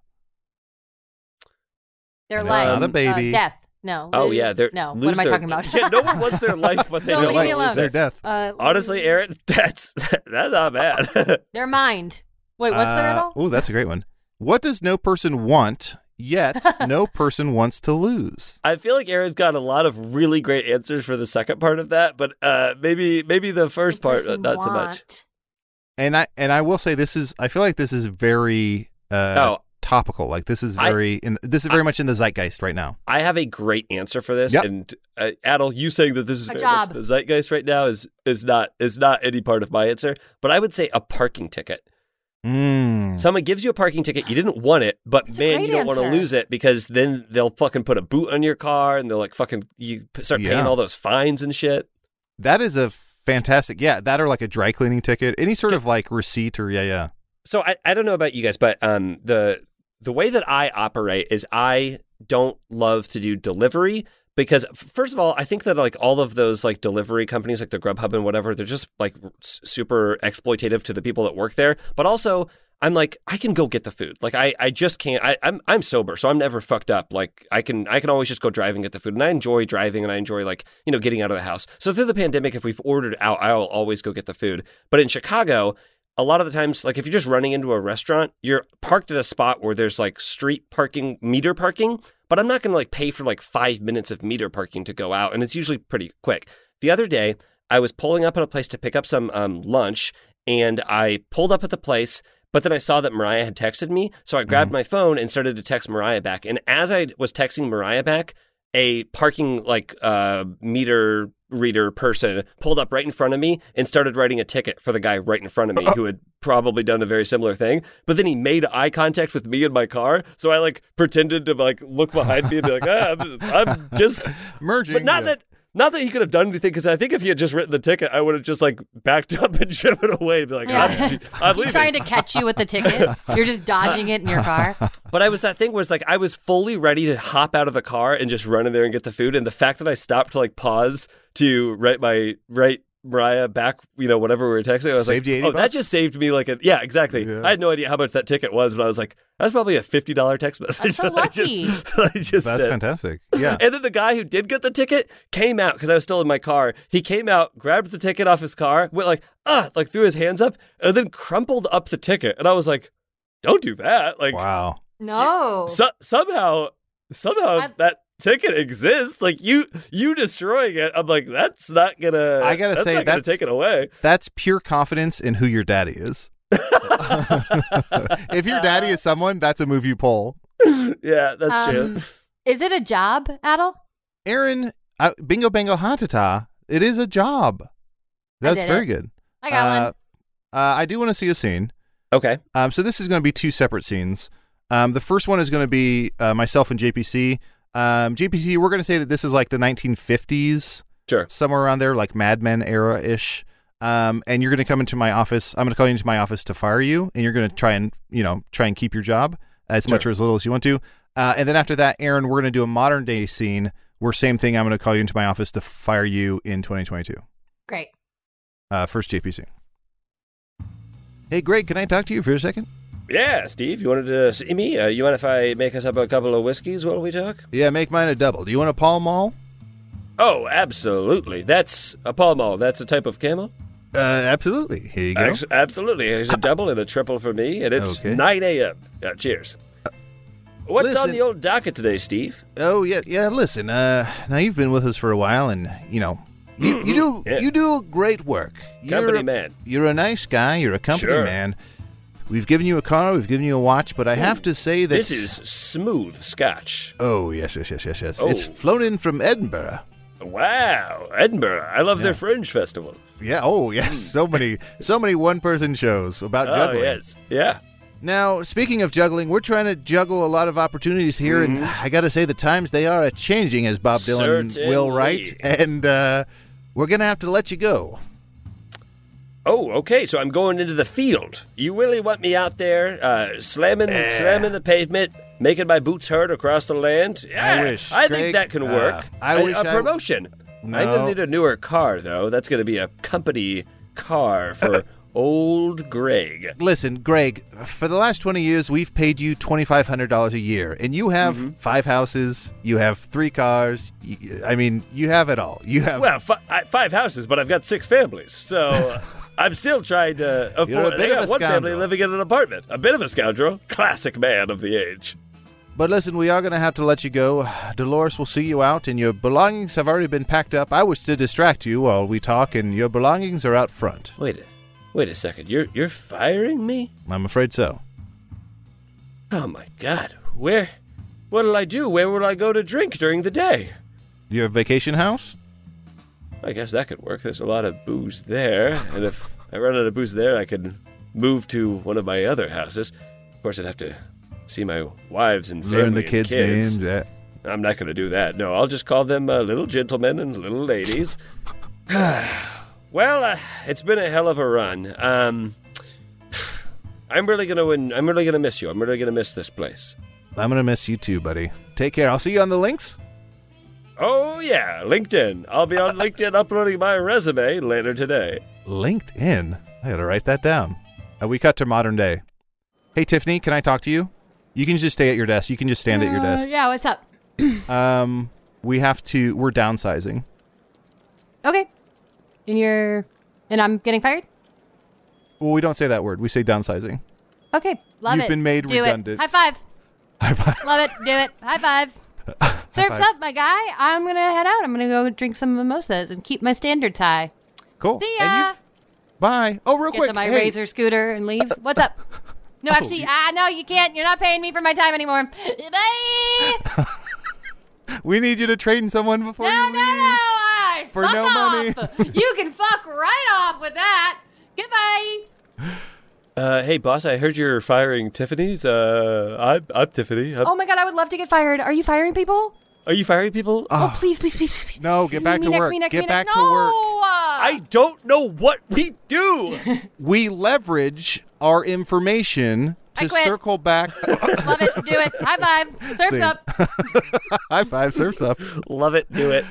They're
And it's
like
not a
uh,
baby.
death. No.
Oh
lose-
yeah. They're,
no.
lose
What am I
their-
talking about?
yeah,
[laughs]
no one wants their life, but they
No,
don't
leave me
want to
alone.
lose
their
it.
death.
Uh,
Honestly,
lose
Aaron, [laughs] that's that's
[laughs]
not bad.
Their mind. Wait, what's the riddle?
Oh, that's a great one. What does no person want
[laughs]
yet no person wants to lose?
I feel like Aaron's got a lot of really great answers for the second part of that, but uh, maybe maybe the first
The
part uh,
person
not so much.
want.
And I and I will say this is I feel like this is very uh,
Oh.
topical. Like this is
I-
very in this is very much in the zeitgeist right now.
I have a great answer for this,
Yep.
and uh, Adel, you saying that this is
A
very
job.
much the zeitgeist right now is is not is not any part of my answer, but I would say a parking ticket.
Mm.
Someone gives you a parking ticket, you didn't want it, but
That's a
man,
great
you don't want to
answer.
lose it because then they'll fucking put a boot on your car and they'll like fucking you p- start paying
Yeah.
all those fines and shit.
That is a fantastic. Yeah, that or like a dry cleaning ticket, any sort of like receipt or yeah, yeah.
So I, I don't know about you guys, but um the the way that I operate is I don't love to do delivery because f- first of all, I think that like all of those like delivery companies like the Grubhub and whatever, they're just like s- super exploitative to the people that work there. But also I'm like I can go get the food. Like I, I just can't. I, I'm I'm sober, so I'm never fucked up. Like I can I can always just go drive and get the food, and I enjoy driving, and I enjoy like you know getting out of the house. So through the pandemic, if we've ordered out, I'll always go get the food. But in Chicago, a lot of the times, like if you're just running into a restaurant, you're parked at a spot where there's like street parking, meter parking, but I'm not going to like pay for like five minutes of meter parking to go out. And it's usually pretty quick. The other day, I was pulling up at a place to pick up some um, lunch and I pulled up at the place. But then I saw that Mariah had texted me. So I grabbed my phone and started to text Mariah back. And as I was texting Mariah back, a parking like uh, meter reader person pulled up right in front of me and started writing a ticket for the guy right in front of me who had probably done a very similar thing. But then he made eye contact with me in my car, so I like pretended to like look behind me and be like, ah, I'm, I'm just
Merging.
But not
yeah.
that. Not that he could have done anything, because I think if he had just written the ticket, I would have just like backed [laughs] up and driven away and be like,
Yeah.
I'm, I'm
He's
leaving.
trying to catch you with the ticket.
[laughs]
You're just dodging it in your car.
But I was that thing where it's like I was fully ready to hop out of the car and just run in there and get the food. And the fact that I stopped to like pause to write my write Mariah back, you know, whatever we were texting, I was
Saved you
like,
80
oh, that
bucks?
just saved me like a yeah, exactly.
Yeah.
I had no idea how much that ticket was, but I was like, that's probably a fifty dollar text message
so
that
lucky.
I just [laughs] that I just
That's
sent.
fantastic. Yeah.
And then the guy who did get the ticket came out because I was still in my car. He came out, grabbed the ticket off his car, went like, ah, like threw his hands up, and then crumpled up the ticket. And I was like, don't do that. Like,
wow. [laughs]
No.
so- somehow somehow
I-
that ticket exists like you you destroying it i'm like that's not gonna
I gotta
that's
say,
not gonna
that's-
take it away
That's pure confidence in who your daddy is. if your daddy is someone, that's a move you pull.
yeah that's
Um,
true
Is it a job, Adel?
Aaron, uh, bingo bango hantata. It is a job. That's
did
very
it.
good.
I got
Uh,
one.
Uh, I do want to see a scene.
okay
Um, so this is going to be two separate scenes. Um, the first one is going to be uh, myself and JPC. Um, JPC, we're going to say that this is like the 1950s,
sure
somewhere around there, like Mad Men era ish. Um, and you're going to come into my office. I'm going to call you into my office to fire you, and you're going to try and you know try and keep your job as much or
Sure.
as little as you want to. Uh, and then after that, Aaron, we're going to do a modern day scene where same thing. I'm going to call you into my office to fire you in 2022.
Great.
Uh, first, JPC. Hey, Greg, can I talk to you for a second?
yeah steve you wanted to see me uh, you mind if i make us up a couple of whiskeys while we talk
Yeah, make mine a double. Do you want a Pall Mall?
oh absolutely that's a pall mall that's a type of camel
Uh, absolutely. Here you
Abs- absolutely there's a double and a triple for me and it's
Okay.
9 a.m uh, cheers what's on
listen-
the old docket today steve
Oh yeah, yeah. Listen, uh, now you've been with us for a while, and you know, you, you do
Mm-hmm. yeah.
you do great work. You're
Company
a,
man.
You're a nice guy. You're a company
Sure.
man. We've given you a car, we've given you a watch, but I have to say that
This is smooth scotch.
Oh yes, yes, yes, yes, yes. It's
Oh.
flown in from Edinburgh.
Wow, Edinburgh. I love their Fringe Festival.
Yeah. Oh yes. So many, so many one-person shows about
Mm. oh,
juggling.
yes. Yeah.
Now, speaking of juggling, we're trying to juggle a lot of opportunities here, and I got to say, the times they are a changing, as Bob Dylan will write,
Certainly.
and uh, we're gonna have to let you go.
Oh, okay. So I'm going into the field. You really want me out there uh, slamming, slamming the pavement, making my boots hurt across the land? Yeah,
wish,
I
Greg.
think that can
Uh,
work.
I
A-
wish
a
I-
promotion. I'm
No.
gonna need a newer car, though. That's gonna be a company
[laughs]
car for old Greg.
Listen, Greg, for the last 20 years, we've paid you $2,500 a year, and you have five houses, you have three cars. y- I mean, you have it all. You have.
Well, fi- I, five houses, but I've got six families, so [laughs] uh, I'm still trying to afford.
You're a bit
I
of
got
a
one family
scoundrel.
living in an apartment. A bit of a scoundrel, classic man of the age.
But listen, we are going to have to let you go. Dolores will see you out, and your belongings have already been packed up. I was to distract you while we talk, and your belongings are out front.
Wait, a- wait a second. You're you're firing me?
I'm afraid so.
Oh my God! Where? What'll I do? Where will I go to drink during the day?
Your vacation house?
I guess that could work. There's a lot of booze there, and if I run out of booze there, I could move to one of my other houses. Of course, I'd have to see my wives and family
Learn the
and
kids',
kids.
names. eh?
I'm not going to do that. No, I'll just call them uh, little gentlemen and little ladies. [sighs] well, uh, it's been a hell of a run. Um, [sighs] I'm really going to win. I'm really going to miss you. I'm really going to miss this place.
I'm going to miss you too, buddy. Take care. I'll see you on the links.
Oh yeah, LinkedIn. I'll be [laughs] on LinkedIn uploading my resume later today.
LinkedIn? I got to write that down. Uh, we cut to modern day. Hey, Tiffany, can I talk to you? You can just stay at your desk. You can just stand at your
Uh,
desk.
yeah, what's up? Uh,
Um, we have to, we're downsizing.
Okay. And you're. And I'm getting fired?
Well, we don't say that word. We say downsizing. [laughs]
Okay. Love
You've
it.
been made
Do it.
redundant.
High five.
High five.
Love it. Do it.
[laughs]
High five. Surf's up, my guy. I'm going to head out. I'm going to go drink some mimosas and keep my standards high.
Cool.
See
And
ya.
you've- Bye. Oh, real
Gets
quick.
on my
hey, Oh,
razor scooter and leaves.
[laughs]
What's up? No, actually, ah, no, you can't. You're not paying me for my
[laughs]
time anymore. Bye.
We need you to train someone before
No, no,
you
no.
leave.
I,
For
fuck
no
off.
money.
you can fuck right off with that. Goodbye.
Uh, hey boss, I heard you're firing Tiffany's. Uh, I'm, I'm Tiffany. I'm-
Oh my god, I would love to get fired. Are you firing people?
Are you firing people?
Oh, please, please, please, please.
No, get back
me
to
next,
work.
Me next,
Get
me
back
next.
to
no!
work. [laughs]
I don't know what we do.
We leverage our information
I
to
quit.
circle back. [laughs]
Love it. Do it. High five. Surf's
See. [laughs]
up.
high five, surfs up.
Love it. Do it.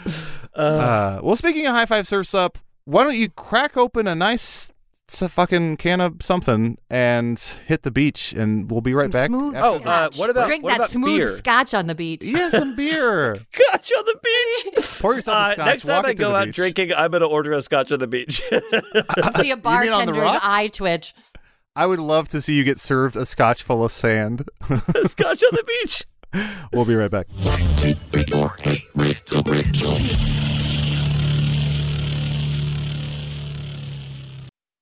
Uh, well, speaking of high five, surfs up, why don't you crack open a nice s- fucking can of something and hit the beach, and we'll be right back.
Smooth
after-
[laughs] Oh, uh,
scotch.
what about-
drink
what
that
about
smooth
beer?
scotch on
[laughs]
the beach?
yeah, some beer.
Scotch on the
[laughs]
beach.
Pour yourself a
Uh,
scotch.
next time
walk
I
it to
go
the
out
beach.
drinking, I'm gonna order a scotch on the beach. [laughs]
See a
on the
bartender's
rocks?
eye twitch.
I would love to see you get served a scotch full of sand. [laughs]
scotch on the beach.
we'll be right back.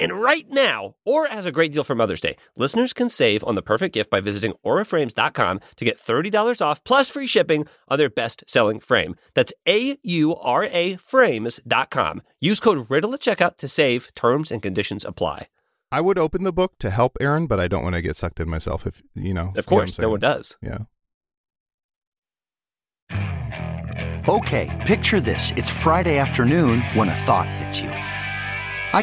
And right now, Aura has a great deal for Mother's Day. Listeners can save on the perfect gift by visiting auraframes.com to get $30 off plus free shipping on their best-selling frame. That's A-U-R-A frames.com. Use code RIDDLE at checkout to save. Terms and conditions apply.
I would open the book to help Aaron, but I don't want to get sucked in myself. If you know,
Of course, no one does.
Yeah.
Okay, picture this. It's Friday afternoon when a thought hits you. I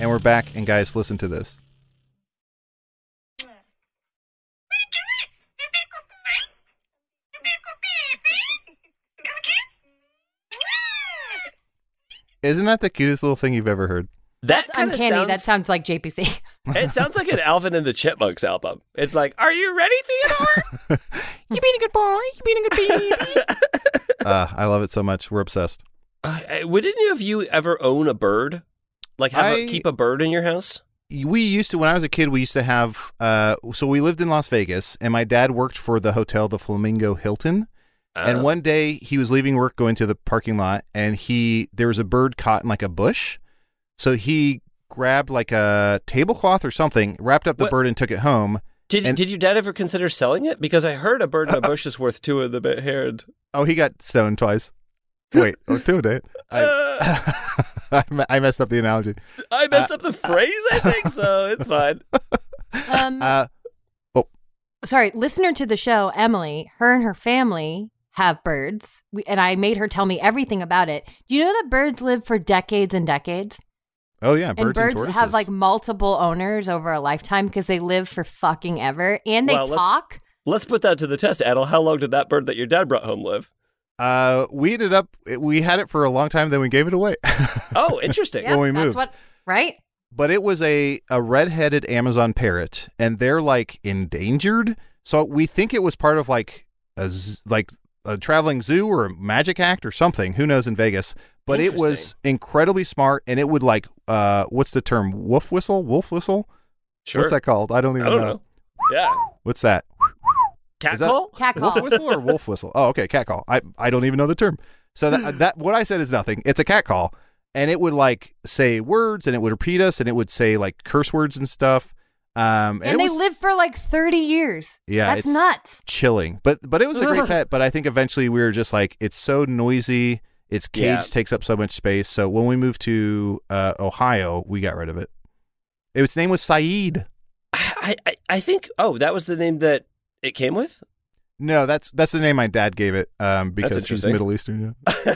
And we're back. And guys, listen to this. Isn't that the cutest little thing you've ever heard?
That
It's
kinda
uncanny. That
sounds-
sounds like [laughs] JPC.
It sounds like an Alvin and the Chipmunks album. It's like, are you ready, [laughs] Theodore?
[laughs] you being a good boy. You being a
[laughs]
good baby.
Uh, I love it so much. We're obsessed.
uh, uh, would any of you ever own a bird? Like, have a,
I-
keep a bird in your house?
We used to, when I was a kid, we used to have, uh, so we lived in Las Vegas, and my dad worked for the hotel, the Flamingo Hilton.
Uh,
And one day he was leaving work going to the parking lot and he there was a bird caught in like a bush. So he grabbed like a tablecloth or something, wrapped up the
What-
bird and took it home.
did
and-
did your dad ever consider selling it? Because I heard a bird [laughs] in a bush is worth two of the bit haired.
Oh, he got stoned twice. Wait, oh, two did.
Uh,
I, [laughs] I me- I messed up the analogy.
I messed up the phrase. I think [laughs] so. It's fine.
Um,
Uh,
sorry, listener to the show, Emily, her and her family have birds, we, and I made her tell me everything about it. Do you know that birds live for decades and decades?
oh yeah, birds
and
and,
birds
tortoises.
have like multiple owners over a lifetime because they live for fucking ever, and they
Wow, let's-
talk.
Let's put that to the test, Adel. How long did that bird that your dad brought home live?
uh, we ended up we had it for a long time, then we gave it away. [laughs]
Oh,
[laughs]
interesting.
Yeah. when we
that's
moved.
what- right?
but it was a a red-headed Amazon parrot, and they're like endangered. So we think it was part of like a z- like a traveling zoo or a magic act or something. Who knows in Vegas? But it was incredibly smart, and it would like uh, what's the term? Wolf whistle? Wolf whistle?
Sure.
What's that called? I don't even
I don't know. Yeah.
What's that?
Cat
Is that-
call?
Cat
Wolf
call.
whistle or wolf whistle? Oh, okay, cat call. I I don't even know the term. So that that what I said is nothing. It's a cat call, and it would like say words, and it would repeat us, and it would say like curse words and stuff. Um, and,
and
it
they
was
live for like 30 years.
Yeah,
That's
it's-
nuts.
chilling, but but it was a great
Ugh.
pet. But I think eventually we were just like, it's so noisy. Its cage
Yeah.
takes up so much space. So when we moved to uh, Ohio, we got rid of it. Its name was Saeed.
I, I, I think, oh, that was the name that it came with?
No, that's that's the name my dad gave it um, because he's
interesting.
Middle Eastern. Yeah.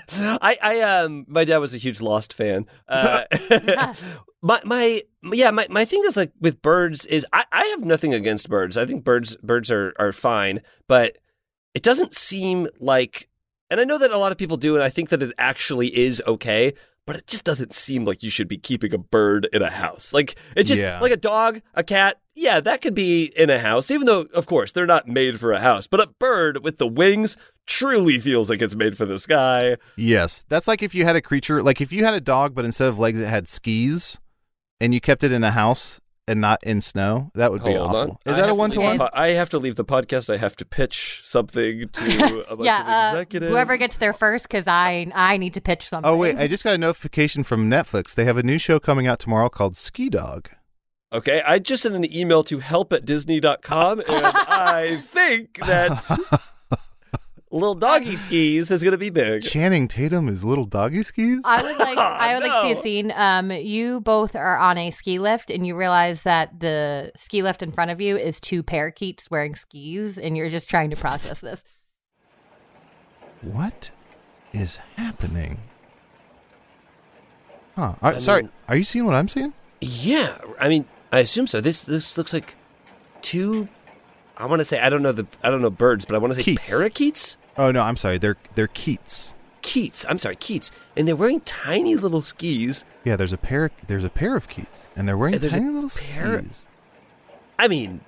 [laughs] I, I, um, my dad was a huge Lost fan. Uh, [laughs] my, my, yeah, my, my thing is like with birds is I, I have nothing against birds. I think birds, birds are are fine, but it doesn't seem like, and I know that a lot of people do, and I think that it actually is okay. But it just doesn't seem like you should be keeping a bird in a house. Like it just
Yeah.
like a dog, a cat, yeah, that could be in a house. Even though, of course, they're not made for a house. But a bird with the wings truly feels like it's made for the sky.
Yes, that's like if you had a creature, like if you had a dog, but instead of legs, it had skis, and you kept it in a house and not in snow. That would be
Hold on.
awful. Is
I
that
have
a
leave
one to one?
the po- I have to leave the podcast. I have to pitch
[laughs]
something to a bunch
yeah,
of
uh,
executives.
whoever gets there first, because I I need to pitch something.
Oh wait, I just got a notification from Netflix. They have a new show coming out tomorrow called Ski Dog.
Okay, I just sent an [laughs] email to help at disney.com, and I think that Little doggy skis is going to be big.
Channing Tatum is little doggy skis?
I would
[laughs]
like I would like to see
no.
a scene. Um, you both are on a ski lift, and you realize that the ski lift in front of you is two parakeets wearing skis, and you're just trying to process
[laughs]
this.
What is happening? Huh. Are- sorry,
mean-
are you seeing what I'm seeing?
Yeah, I mean, I assume so. This this looks like two. I want to say I don't know the I don't know birds, but I want to say
Keats.
parakeets,
Oh no, I'm sorry. They're they're Keats.
keets. I'm sorry, keets, and they're wearing tiny little skis.
Yeah, there's a pair. There's a pair of Keats, and they're wearing
And there's a
tiny little
pair-
skis.
I mean,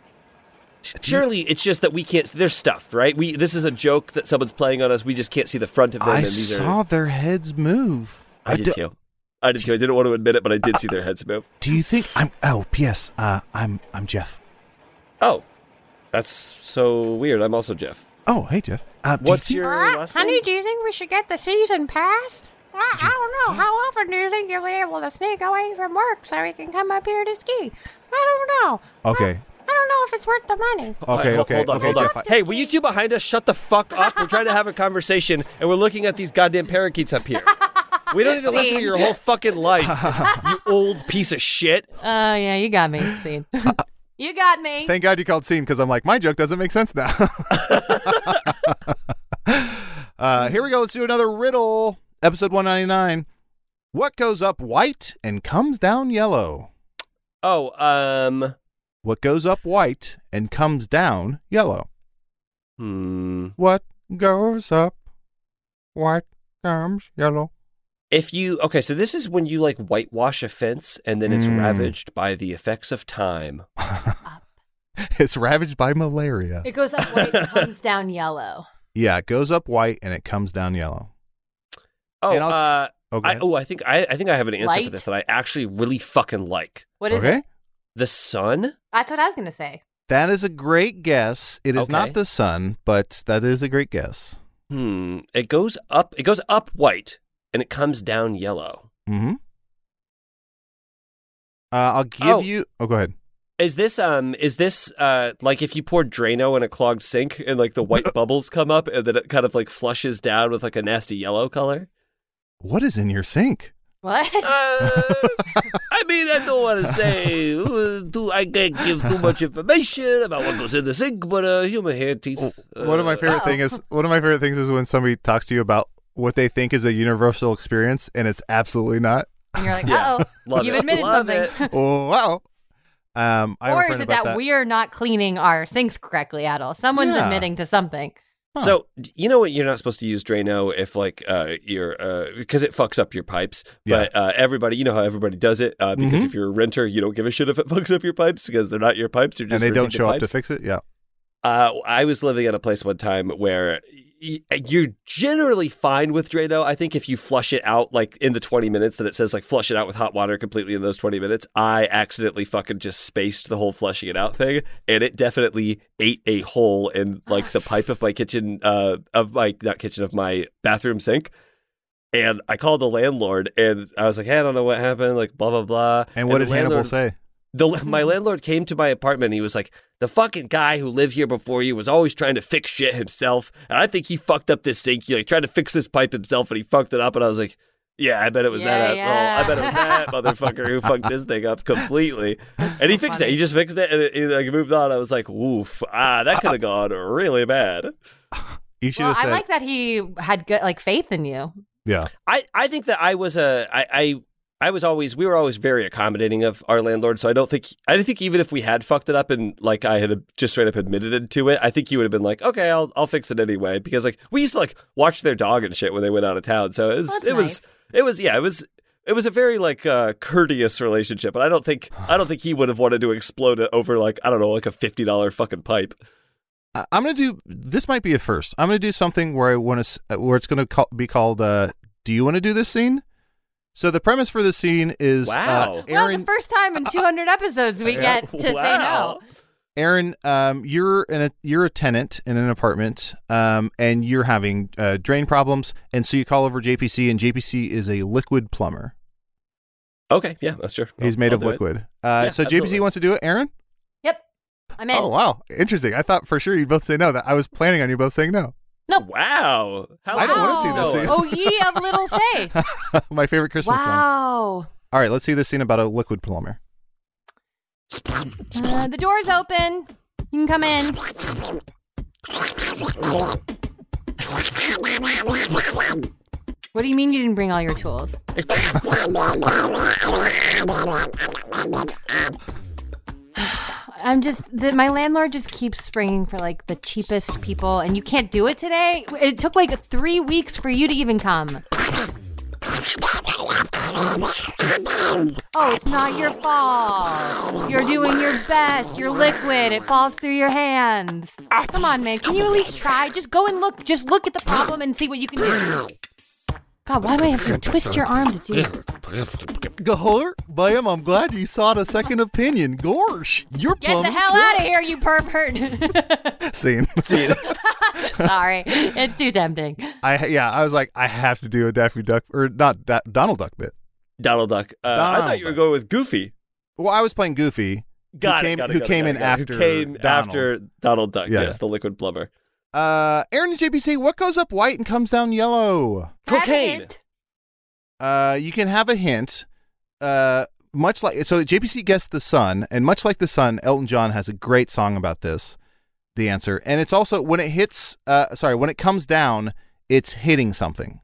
sh- surely it's just that we can't. They're stuffed, right? We this is a joke that someone's playing on us. We just can't see the front of them.
I
and these
saw
Are,
their heads move.
I did
do-
too. I did too. I didn't want to admit it, but I did see their heads move.
Do you think I'm? Oh, P.S. Uh, I'm I'm Jeff.
Oh, that's so weird. I'm also Jeff.
Oh, hey Jeff. Uh, do you
What's
think-
your last name?
Ah, do you think we should get the season pass? I, I don't know. How often do you think you'll be able to sneak away from work so we can come up here to ski? I don't know.
Okay.
I, I don't know if it's worth the money.
Okay,
All right, ho-
okay,
hold on,
okay,
hold on.
Jeff. I-
Hey, will you two behind us shut the fuck up? We're trying to have a conversation, and we're looking at these goddamn parakeets up here. We don't need to listen to your whole fucking life, you old piece of shit.
Oh yeah, you got me.
[laughs]
Scene. you got me.
Uh, Thank God you called scene because I'm like, my joke doesn't make sense now. [laughs] uh, here we go. Let's do another riddle. Episode 199. What goes up white and comes down yellow?
Oh, um,
What goes up white and comes down yellow?
hmm.
What goes up white comes yellow?
If you okay, so this is when you like whitewash a fence, and then it's
Mm.
ravaged by the effects of time.
[laughs] It's ravaged by malaria.
It goes up white and comes down yellow.
Yeah, it goes up white and it comes down yellow.
Oh,
And I'll-
uh,
Oh, go
I,
ahead.
oh, I think I, I think I have an answer for
Light?
this that I actually really fucking like.
What is
okay.
it?
The sun.
That's what I was gonna say.
That is a great guess. It is
Okay.
not the sun, but that is a great guess.
Hmm. It goes up. It goes up white, and it comes down yellow.
Mm-hmm. Uh, I'll give
Oh.
you. Oh, go ahead.
Is this um is this uh like if you pour Drano in a clogged sink and like
[laughs]
the white bubbles come up and then it kind of like flushes down with like a nasty yellow color?
What is in your sink?
What? [laughs]
Uh, I mean, I don't want to say uh, too, I can't give too much information about what goes in the sink, but uh, human hand teeth. Uh,
Oh, one of my favorite
Uh-oh.
thing is one of my favorite things is when somebody talks to you about what they think is a universal experience and it's absolutely not.
And you're like,
[laughs] Yeah.
uh oh,
Love
you've
it.
admitted
Love
something. [laughs]
oh wow. Um, I have a
or
friend
is it
about
that, we're not cleaning our sinks correctly at all? Someone's
Yeah.
admitting to something.
Huh.
So d- you know what? You're not supposed to use Drano if like uh, you're because it fucks up your pipes.
Yeah.
But uh, everybody, you know how everybody does it uh, because
Mhm.
if you're a renter, you don't give a shit if it [laughs] fucks up your pipes because they're not your pipes. You're
and
just
they don't
renting the
show up
pipes.
to fix it. Yeah.
Uh, I was living at a place one time where y- you're generally fine with Drano. I think if you flush it out like in the 20 minutes that it says like flush it out with hot water completely in those 20 minutes, I accidentally fucking just spaced the whole flushing it out thing, and it definitely ate a hole in like the pipe of my kitchen, uh, of my not kitchen of my bathroom sink. And I called the landlord, and I was like, "Hey, I don't know what happened, like blah blah blah."
And what
the
did Hannibal
landlord-
say?
the
Mm-hmm.
my landlord came to my apartment and he was like, "The fucking guy who lived here before you was always trying to fix shit himself, and I think he fucked up this sink. He like tried to fix this pipe himself, and he fucked it up." And I was like, "Yeah, I bet it was that
Yeah,
asshole.
yeah. [laughs]
I bet it was that motherfucker who fucked this thing up completely."
That's
and he
so
fixed it.
funny.
He just fixed it and it, he like moved on. I was like, "Woof, ah,
[laughs]
that could have gone really bad."
You should
Well,
have
I
said.
like that he had good like faith in you.
yeah.
I, I think that I was a I, I I was always we were always very accommodating of our landlord, so I don't think I think even if we had fucked it up and like I had just straight up admitted to it, I think he would have been like, okay, I'll I'll fix it anyway because like we used to like watch their dog and shit when they went out of town, so it was
That's
it was it was yeah it was. It was a very like uh, courteous relationship, and I don't think I don't think he would have wanted to explode it over like I don't know like a fifty dollar fucking pipe.
I- I'm gonna do this. Might be a first. I'm gonna do something where I want to where it's gonna call, be called. Uh, do you want to do this scene? So the premise for this scene is uh,
Wow.
well,
Aaron.
the first time
[laughs]
in 200 episodes we
Yeah.
get
[laughs]
to say
Wow.
no.
Aaron, um, you're in a you're a tenant in an apartment, um, and you're having uh, drain problems, and so you call over JPC, and JPC is a liquid plumber.
Okay, yeah, that's true.
He's made
Oh, I'll
of
do it.
liquid. Uh,
Yeah,
so
absolutely.
JPC wants to do it, Aaron.
Yep. I'm in.
Oh wow, interesting. I thought for sure you'd both say no. [laughs] That I was planning on you both saying no.
No.
Wow. How
I don't wanna see this
Wow.
scene.
Oh, ye of
[laughs]
little faith.
My favorite Christmas song.
wow.
All right, let's see this scene about a liquid plumber.
Uh, the door's open. You can come in. What do you mean you didn't bring all your tools? [sighs] I'm just the, my landlord just keeps springing for like the cheapest people, and you can't do it today. It took like three weeks for you to even come. Oh, it's not your fault. You're doing your best. You're liquid. It falls through your hands. Come on, man. Can you at least try? Just go and look. Just look at the problem and see what you can do. God, why do I have to twist your arm to do this?
Gahor, Bam, I'm glad you sought a second opinion. Gorsh, you're
Get the hell out of here, you pervert. [laughs]
Scene. Scene.
Sorry. It's too tempting.
I yeah, I was like, I have to do a Daffy Duck or not da- Donald Duck bit.
Donald Duck. Uh, I thought you were
Donald Duck.
going with Goofy.
Well, I was playing Goofy.
Got
who
it,
came,
got it,
who
got it,
came
got it,
in
got it.
after
Who came
Donald.
after Donald Duck?
Yeah.
Yes, the liquid plumber.
Uh, Aaron and JPC, what goes up white and comes down yellow?
Have a
Cocaine.
hint.
Uh, you can have a hint. Uh, much like so, JPC guessed the sun, and much like the sun, Elton John has a great song about this. The answer, and it's also when it hits. Uh, sorry, when it comes down, it's hitting something.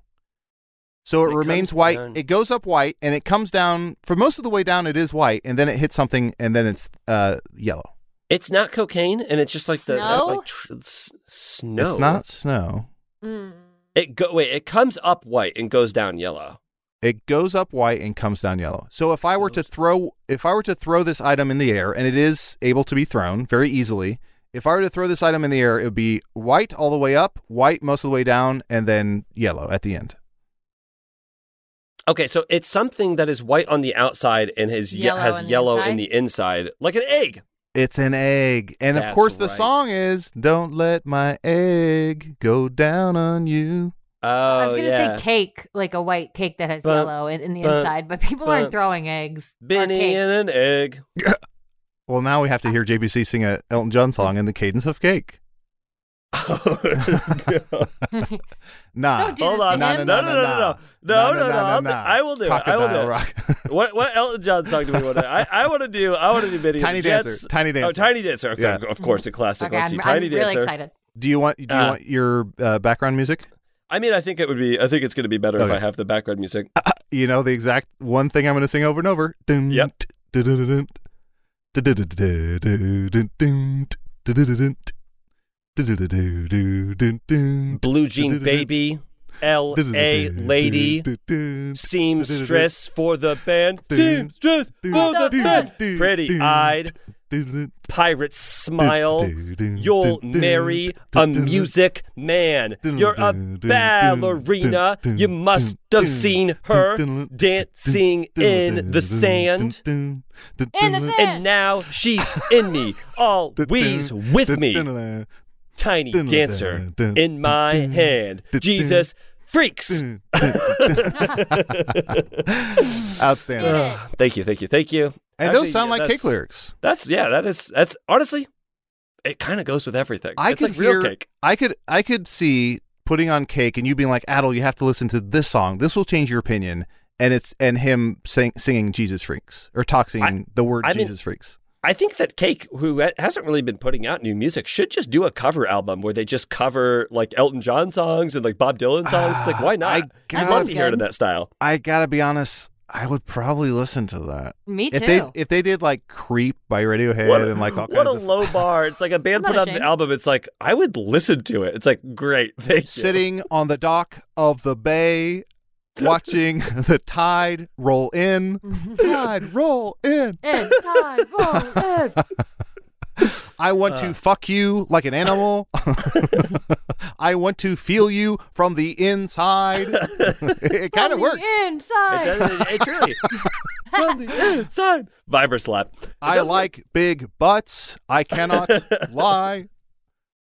So it,
When it
remains
comes
white.
down.
It goes up white, and it comes down for most of the way down. It is white, and then it hits something, and then it's uh, yellow.
It's not cocaine, and it's just like the that,
Snow?
like tr- s- snow.
It's not snow.
Mm.
It go wait. It comes up white and goes down yellow.
It goes up white and comes down yellow. So if I were to throw if I were to throw this item in the air and it is able to be thrown very easily, if I were to throw this item in the air, it would be white all the way up, white most of the way down, and then yellow at the end.
Okay, so it's something that is white on the outside and has ye-
Yellow
has
on the
yellow
inside?
in the inside, like an egg.
It's an egg. And of
That's
course the
right.
song is Don't Let My Egg Go Down on You.
Oh,
I was going to
yeah.
say cake, like a white cake that has
Bum,
yellow in, in the
bum,
inside, but people
bum.
aren't throwing eggs. or
Benny
cakes.
and an egg. [laughs]
Well now we have to hear JBC sing a Elton John song in the cadence of
[laughs]
cake. [laughs]
Oh,
Nah.
Don't do this to
No,
him.
no, no, no, no, no, no, no. I'll do- I will do it. I will do
Crocodile
it.
Rock.
what what Elton John song do we want to? I, I want to do. I want to do
[laughs]
Benny
Tiny
and the Jets.
Dancer, Tiny Dancer.
Oh, Tiny Dancer. Okay,
Yeah.
of course, a classic.
Okay,
Let's
I'm,
see,
I'm
Tiny
really
Dancer.
excited.
Do you want do you
Uh.
want your uh, background music?
I mean, I think it would be. I think it's going to be better if
Okay.
I have the background music.
You know the exact one thing I'm going to sing over and over. Dun,
Yep.
t- du-du-du-dun, du-du-du-du-du-dun, dun, t- du-du-du-dun, t- du-du-du-du-dun, dun, t-
Blue Jean
du-du-du-dun,
Baby, L A
du-du-du-dun,
Lady,
du-du-dun,
seamstress for the band,
Dun,
seamstress
dun,
for the
dun,
band,
dun,
pretty
dun,
eyed,
du-du-dun,
pirate smile. You'll marry a music man. You're a ballerina. You must have seen her dancing in the sand.
In
In the sand.
And now she's in me, always with me. Tiny dancer in my hand. Jesus freaks.
[laughs] Outstanding.
Thank you, thank you, thank you.
And
Actually,
those sound
yeah,
like
that's-
cake lyrics.
That's yeah, that is that's honestly, it kind of goes with everything.
I
it's
could
like
hear,
real cake.
I could I could see putting on cake and you being like, Adel, you have to listen to this song. This will change your opinion. And it's and him sing, singing Jesus freaks or talking the word
I mean-
Jesus freaks.
I think that Cake, who ha- hasn't really been putting out new music, should just do a cover album where they just cover like Elton John songs and like Bob Dylan songs. like, why
Ah,
not?
I
I'd love
gotta-
to hear it in that style.
I gotta be honest. I would probably listen to that
Me too.
if they if they did like "Creep" by Radiohead
What, a-
and like all
[laughs] what
kinds
a
of
low bar! It's like a band
I'm
put
not
out an
ashamed.
album. It's like I would listen to it. It's like great, thank you.
sitting on the dock of the bay,
[laughs]
watching the tide roll
[laughs]
in, tide roll in.
Egg, tie, roll,
[laughs]
egg.
I want
Uh.
to fuck you like an
[laughs]
animal. [laughs] I want to feel you from the
[laughs]
inside. it kind
From the
of works.
Inside.
[laughs]
It's, it's really from the inside. Viber slap. It
I
does work.
like big butts. I
[laughs]
cannot lie.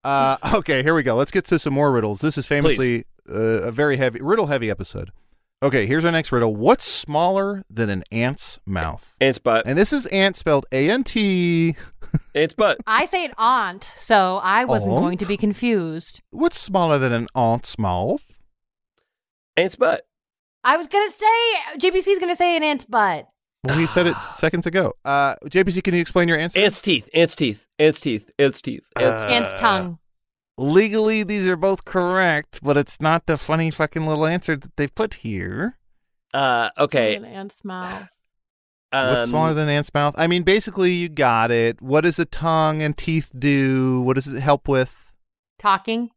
Uh, okay, here we go. Let's get to some more riddles. This is famously uh, a very heavy, riddle heavy episode. Okay, here's our next riddle. What's smaller than an ant's mouth?
ants, but
And this is ant spelled A N T.
It's butt.
I say it aunt, so I wasn't going
Aunt?
to be confused.
What's smaller than an aunt's mouth?
Ant's butt.
I was gonna say JBC's gonna say an ant's butt.
Well, he said it
Ah.
seconds ago. Uh, JPC, can you explain your answer?
Ant's teeth. Ant's teeth. Ant's teeth. Ant's teeth. Ant's
Uh,
Ant's tongue.
Legally, these are both correct, but it's not the funny fucking little answer that they put here.
Uh,
eh.
okay.
An ant's mouth.
What's smaller
um,
than an ant's mouth? I mean, basically, you got it. What does a tongue and teeth do? What does it help with?
Talking.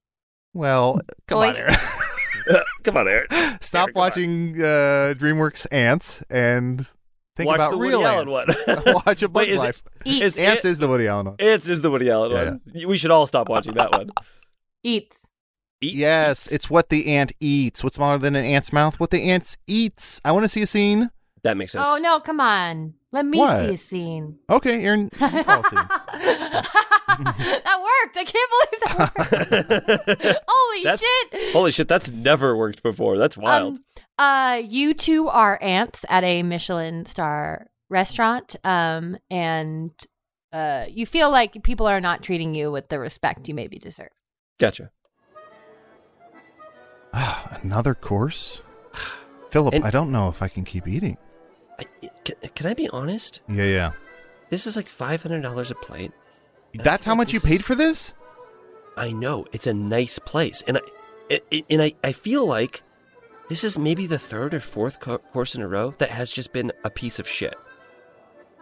Well, come on, [laughs]
Voice.
Aaron.
Come on, [laughs] Eric.
Stop
Eric, come on.
watching uh, DreamWorks Ants and think
Watch
about
the Woody
real
Allen
ants.
one.
[laughs] Watch
[laughs]
A Bug's
is it-
Life.
Eat.
Is-
Ants
it-
is the Woody Allen one.
It's is the Woody Allen
Yeah,
one. We should all stop watching that
[laughs]
one.
Eats.
Eat-
yes,
eats.
it's what the ant eats. What's smaller than an ant's mouth? What the ants eats. I want to see a scene.
that makes sense.
Oh no, come on. Let me
What?
see
[laughs]
a scene. [laughs]
Okay, Aaron, you call a
[laughs]
scene.
that worked. I can't believe that worked.
[laughs]
[laughs]
Holy
That's-
shit.
Holy shit, that's never worked before. That's wild.
Um, uh, you two are ants at a Michelin star restaurant, um, and uh, you feel like people are not treating you with the respect you maybe deserve.
gotcha.
Another course? [sighs] Philip,
And-
I don't know if I can keep eating.
I, can, can I be honest?
Yeah, yeah.
This is like five hundred dollars a plate. I
That's
feel
how
like
much you
this
paid
is-
for this?
I know it's a nice place, and I, it, it- and I, I feel like this is maybe the third or fourth co- course in a row that has just been a piece of shit.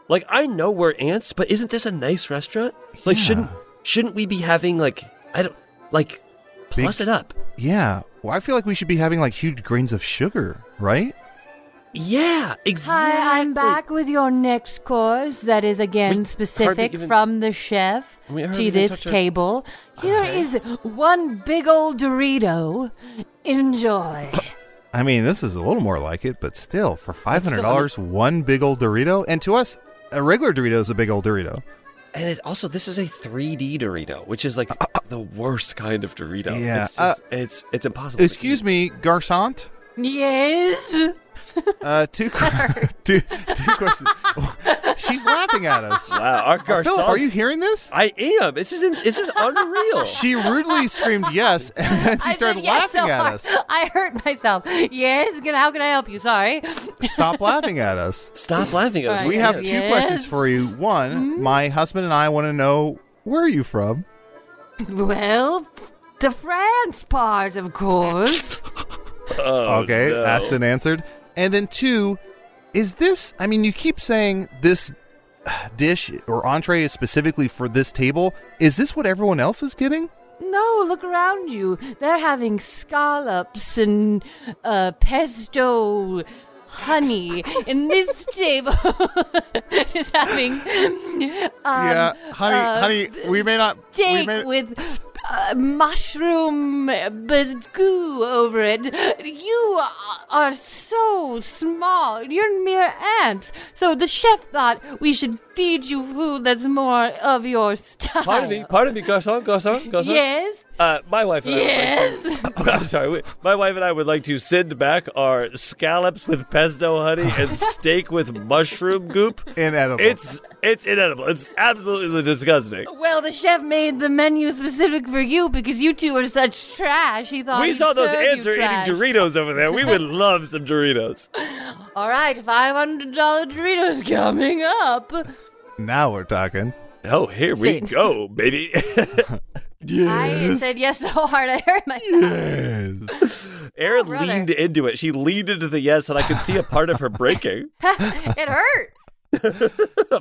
Like I know we're ants, but isn't this a nice restaurant? Like
Yeah.
shouldn't shouldn't we be having like I don't like
Big-
plus it up?
Yeah. Well, I feel like we should be having like huge grains of sugar, right?
Yeah, exactly.
Hi, I'm back with your next course that is
We
again
hardly
specific
even-
from the chef
We hardly
to
even
this
touched our-
table. Here
Okay.
is one big old Dorito.
[laughs]
Enjoy.
I mean, this is a little more like it, but still, for five
But
hundred
still, I
dollars, one big old Dorito, and to us, a regular Dorito is a big old Dorito.
And it also, this is a 3D Dorito, which is like the worst kind of Dorito.
Uh, Yeah, Uh,
it's just, it's it's impossible.
Excuse me, Garçon.
yes.
Uh, two,
[laughs]
que- [laughs] two, two questions. She's laughing at us.
Wow, our
Uh,
garçon.
Philip, are you hearing this?
I am. This is in, this is unreal. [laughs]
She rudely screamed yes, [laughs] and then she
I
started
said yes
laughing
so
at
hard.
us.
[laughs] I hurt myself. Yes, can, how can I help you? Sorry.
Stop laughing at
[laughs]
us.
Stop laughing at us.
Right.
We have two
Yes. Mm-hmm.
questions for you. One, my husband and I want to know where are you from?
Well, the France part, of course.
Oh,
okay,
no.
Aston answered. And then two, is this? I mean, you keep saying this dish or entree is specifically for this table. Is this what everyone else is getting?
No, look around you. They're having scallops and uh, pesto honey, and this table [laughs] is having. um, uh,
we may not.
steak with uh, mushroom bagoo over it. You are so small. You're mere ants. So the chef thought we should feed you food that's more of your style.
Pardon me, pardon me, garçon, garçon, garçon.
Yes.
Uh, my wife and I.
Yes.
Would like to, [laughs] I'm sorry. Wait, my wife and I would like to send back our scallops with pesto honey
[laughs]
and steak with mushroom goop.
Inedible.
It's it's inedible. It's absolutely disgusting.
Well, the chef made the menu specific for you because you two are such trash. He thought
we
he'd
saw those
serve you
ants are
trash.
eating Doritos over there.
[laughs]
We would love some Doritos.
All right, five hundred dollar Doritos coming up.
now we're talking.
Oh, here we
Same.
go, baby. [laughs]
I said yes so hard I hurt myself. [laughs]
Erin
brother.
leaned into it. She leaned into the yes, and I could see a part of her breaking.
it hurt.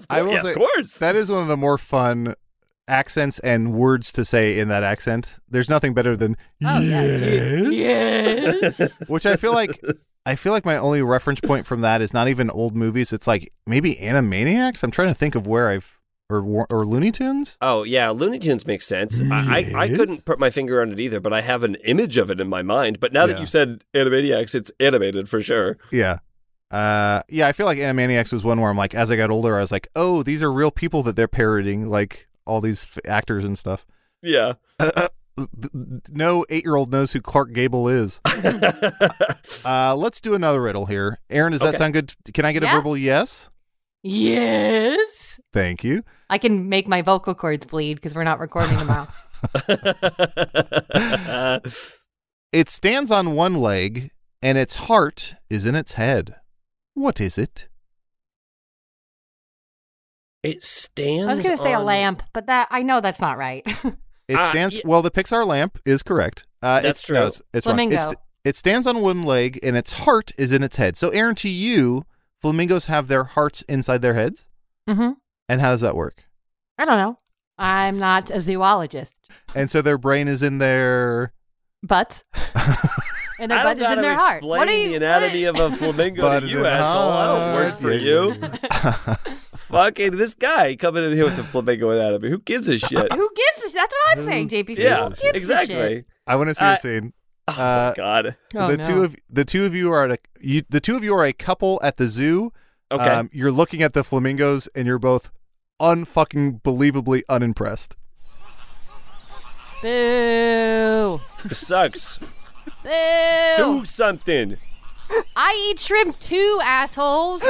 I will
yeah, of
say,
course.
that is one of the more fun accents and words to say in that accent. There's nothing better than
Yes.
[laughs] which I feel like I feel like my only reference point from that is not even old movies. It's like maybe Animaniacs. I'm trying to think of where I've or War- or Looney Tunes.
[laughs] Oh yeah, Looney Tunes makes sense. I, I I
Yes.
couldn't put my finger on it either, but I have an image of it in my mind. But now that
Yeah.
you said Animaniacs, it's animated for sure.
Yeah. Uh yeah, I feel like Animaniacs was one where I'm like as I got older I was like, "Oh, these are real people that they're parodying like all these f- actors and stuff."
Yeah. [laughs] uh,
Th- th- No 8-year-old knows who Clark Gable is. uh let's do another riddle here. Aaron, does that
Okay.
sound good? Can I get a
Yeah.
verbal yes?
Yes.
Thank you.
I can make my vocal cords bleed because we're not recording tomorrow.
It stands on one leg, and its heart is in its head. What is it?
it stands.
[laughs] I was gonna say a
on-
lamp, but that I know that's not right. [laughs]
It
Ah,
stands.
ye-
Well, the Pixar lamp is correct. Uh,
That's
it's, no,
true.
it's, it's wrong. It's-
Flamingo.
it stands on one leg, and its heart is in its head. So, Aaron, to you, flamingos have their hearts inside their heads.
mm-hmm.
And how does that work?
I don't know. I'm not a zoologist,
And so their brain is in their
[laughs]
but and their
I
butt is in
don't gotta
their heart.
explain
What are you?
the anatomy
what-
of a flamingo
Butt
to
is
you,
in
asshole. I don't
heart.
work for you.
[laughs]
[laughs] Fucking this guy coming in here with the flamingo anatomy. Who gives a shit?
Who gives a shit? That's what I'm saying, JPC. Who
yeah,
gives A shit?
exactly.
I want to see
Uh,
a
[laughs]
scene.
Oh
Uh,
my god.
Oh,
the
no.
two of the two of you are at a you, the two of you are a couple at the zoo. Um,
Okay.
you're looking at the flamingos, and you're both unfucking believably unimpressed.
Boo.
This sucks.
Boo.
Do something.
I eat shrimp too, assholes.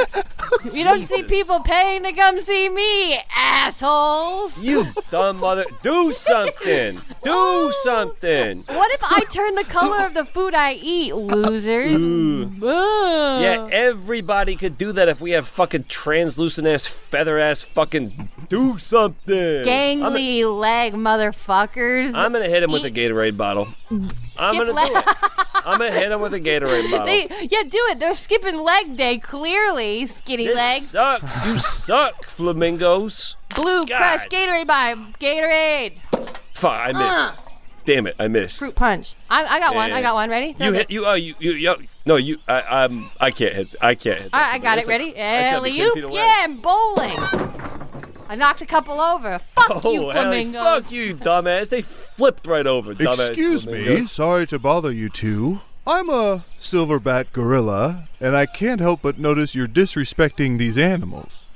you don't see
Jesus.
people paying to come see me, assholes.
You dumb mother. Do something. Do something.
What if I turn the color of the food I eat, losers? Boo. Uh.
Yeah, everybody could do that if we had fucking translucent ass, feather ass fucking do something.
Gangly leg motherfuckers.
I'm gonna hit him with a Gatorade bottle. I'm gonna [laughs] do it. I'm gonna hit him with a Gatorade bottle.
they, yeah, do it. They're skipping leg day, clearly. Skinny
this
leg.
sucks. You suck, flamingos.
Blue,
God.
fresh Gatorade by Gatorade.
Fuck, I missed. Damn it, I missed.
Fruit punch. I, I got one. I got one. Ready? Throw
You
this.
hit you. Oh, you you. you no, you. I, I'm. I can't hit. I can't hit.
All
that
right, I
from
got
there.
it.
It's like-
Ready?
I just gotta
Alley
be 10 feet
oop.
away.
Yeah, and bowling. I knocked a couple over. Fuck
Oh,
you,
Ellie,
flamingos.
fuck you, dumbass. They flipped right over, dumbass.
Excuse me,
flamingos.
sorry to bother you two. I'm a silverback gorilla, and I can't help but notice you're disrespecting these animals.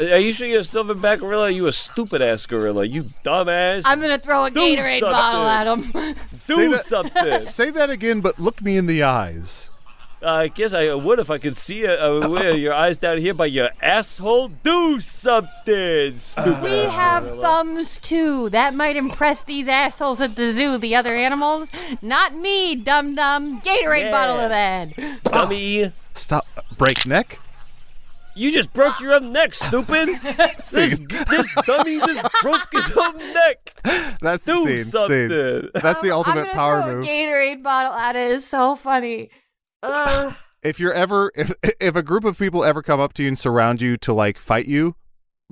Uh, Are you sure you're a silverback gorilla? Or you a stupid ass gorilla? You dumbass.
I'm gonna throw a
Do
Gatorade bottle at
[laughs]
them.
Say
Do
that-
[laughs]
something.
Say that again, but look me in the eyes.
I guess I would if I could see it. Uh, where your eyes down here by your asshole. Do something, stupid.
we have thumbs too. That might impress these assholes at the zoo. The other animals, not me, dum dum. Gatorade
Yeah.
bottle of that.
Uh,
dummy.
Stop. Breakneck?
You just broke your own
[laughs]
neck, stupid. this this dummy just broke his own neck.
That's
Do
the scene.
something.
scene. That's the
Um, I'm
ultimate
gonna
power
throw
move.
A Gatorade bottle at it is so funny. Ugh. [laughs]
[laughs]
if you're ever if if a group of people ever come up to you and surround you to like fight you,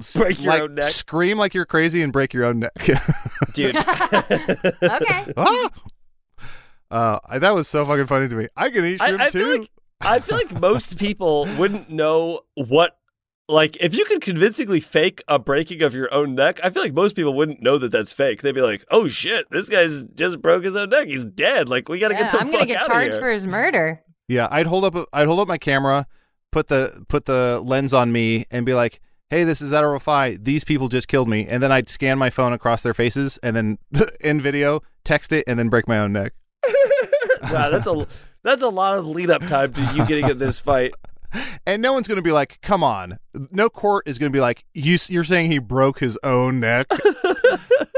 s-
Break your
like,
own neck.
scream like you're crazy and break your own neck. [laughs]
Dude,
okay.
Ah! Uh, I- that was so fucking funny to me. I can eat
I-
shrimp
I
too.
feel like- I feel like most people wouldn't know what like if you could convincingly fake a breaking of your own neck. I feel like most people wouldn't know that that's fake. They'd be like, "Oh shit, this guy's just broke his own neck. He's dead. Like we gotta
Yeah,
get to
I'm gonna
fuck
get
outta
charged
here."
for his murder.
yeah, I'd hold up a, I'd hold up my camera, put the put the lens on me, and be like, "Hey, this is Adarofai. These people just killed me." And then I'd scan my phone across their faces, and then [laughs] in video text it, and then break my own neck.
[laughs] wow, that's a that's a lot of lead up time to you getting in this fight.
And no one's going to be like, come on. No court is going to be like, you, you're saying he broke his own [laughs] neck.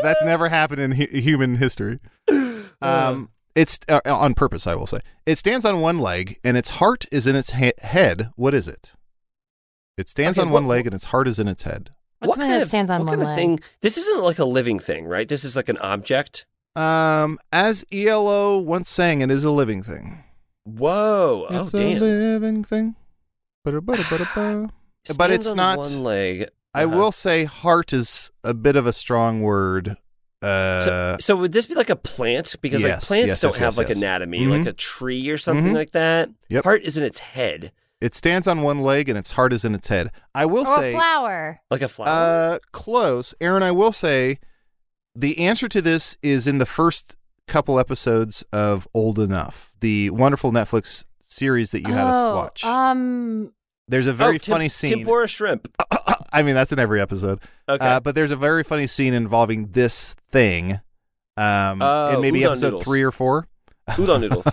That's never happened in hu- human history. Um, it's uh, on purpose, I will say. It stands on one leg and its heart is in its he- head. What is it? It stands
Okay,
on one
what-
leg and its heart is in its head.
[laughs] What's something that stands on
what
one
kind of
leg?
thing? This isn't like a living thing, right? This is like an object.
Um, as ELO once sang, it is a living thing.
Whoa!
it's
oh
a
damn!
living thing. Ba-da-ba-da-ba-da-ba. but
Stands
it's
on
not-
one leg.
I
Uh-huh.
will say heart is a bit of a strong word. Uh,
So, so would this be like a plant? Because like
yes,
plants
yes,
don't
yes,
have
yes,
like
yes.
anatomy,
Mhm.
like a tree or something
Mhm.
like that.
Yep.
Heart is in its head,
It stands on one leg and its heart is in its head. I will
Or a
say,
flower.
like a Oh, flower.
uh, close, Aaron. I will say, the answer to this is in the first couple episodes of Old Enough, the wonderful Netflix series that you had us
Oh,
watch.
Um,
There's a very
uh, Oh, tim-
funny scene.
Tempura shrimp.
[coughs] I mean, that's in every episode.
Okay.
Uh, but there's a very funny scene involving this thing. Um,
Oh,
in maybe
udon
episode
noodles.
three or four. [laughs]
Udon noodles.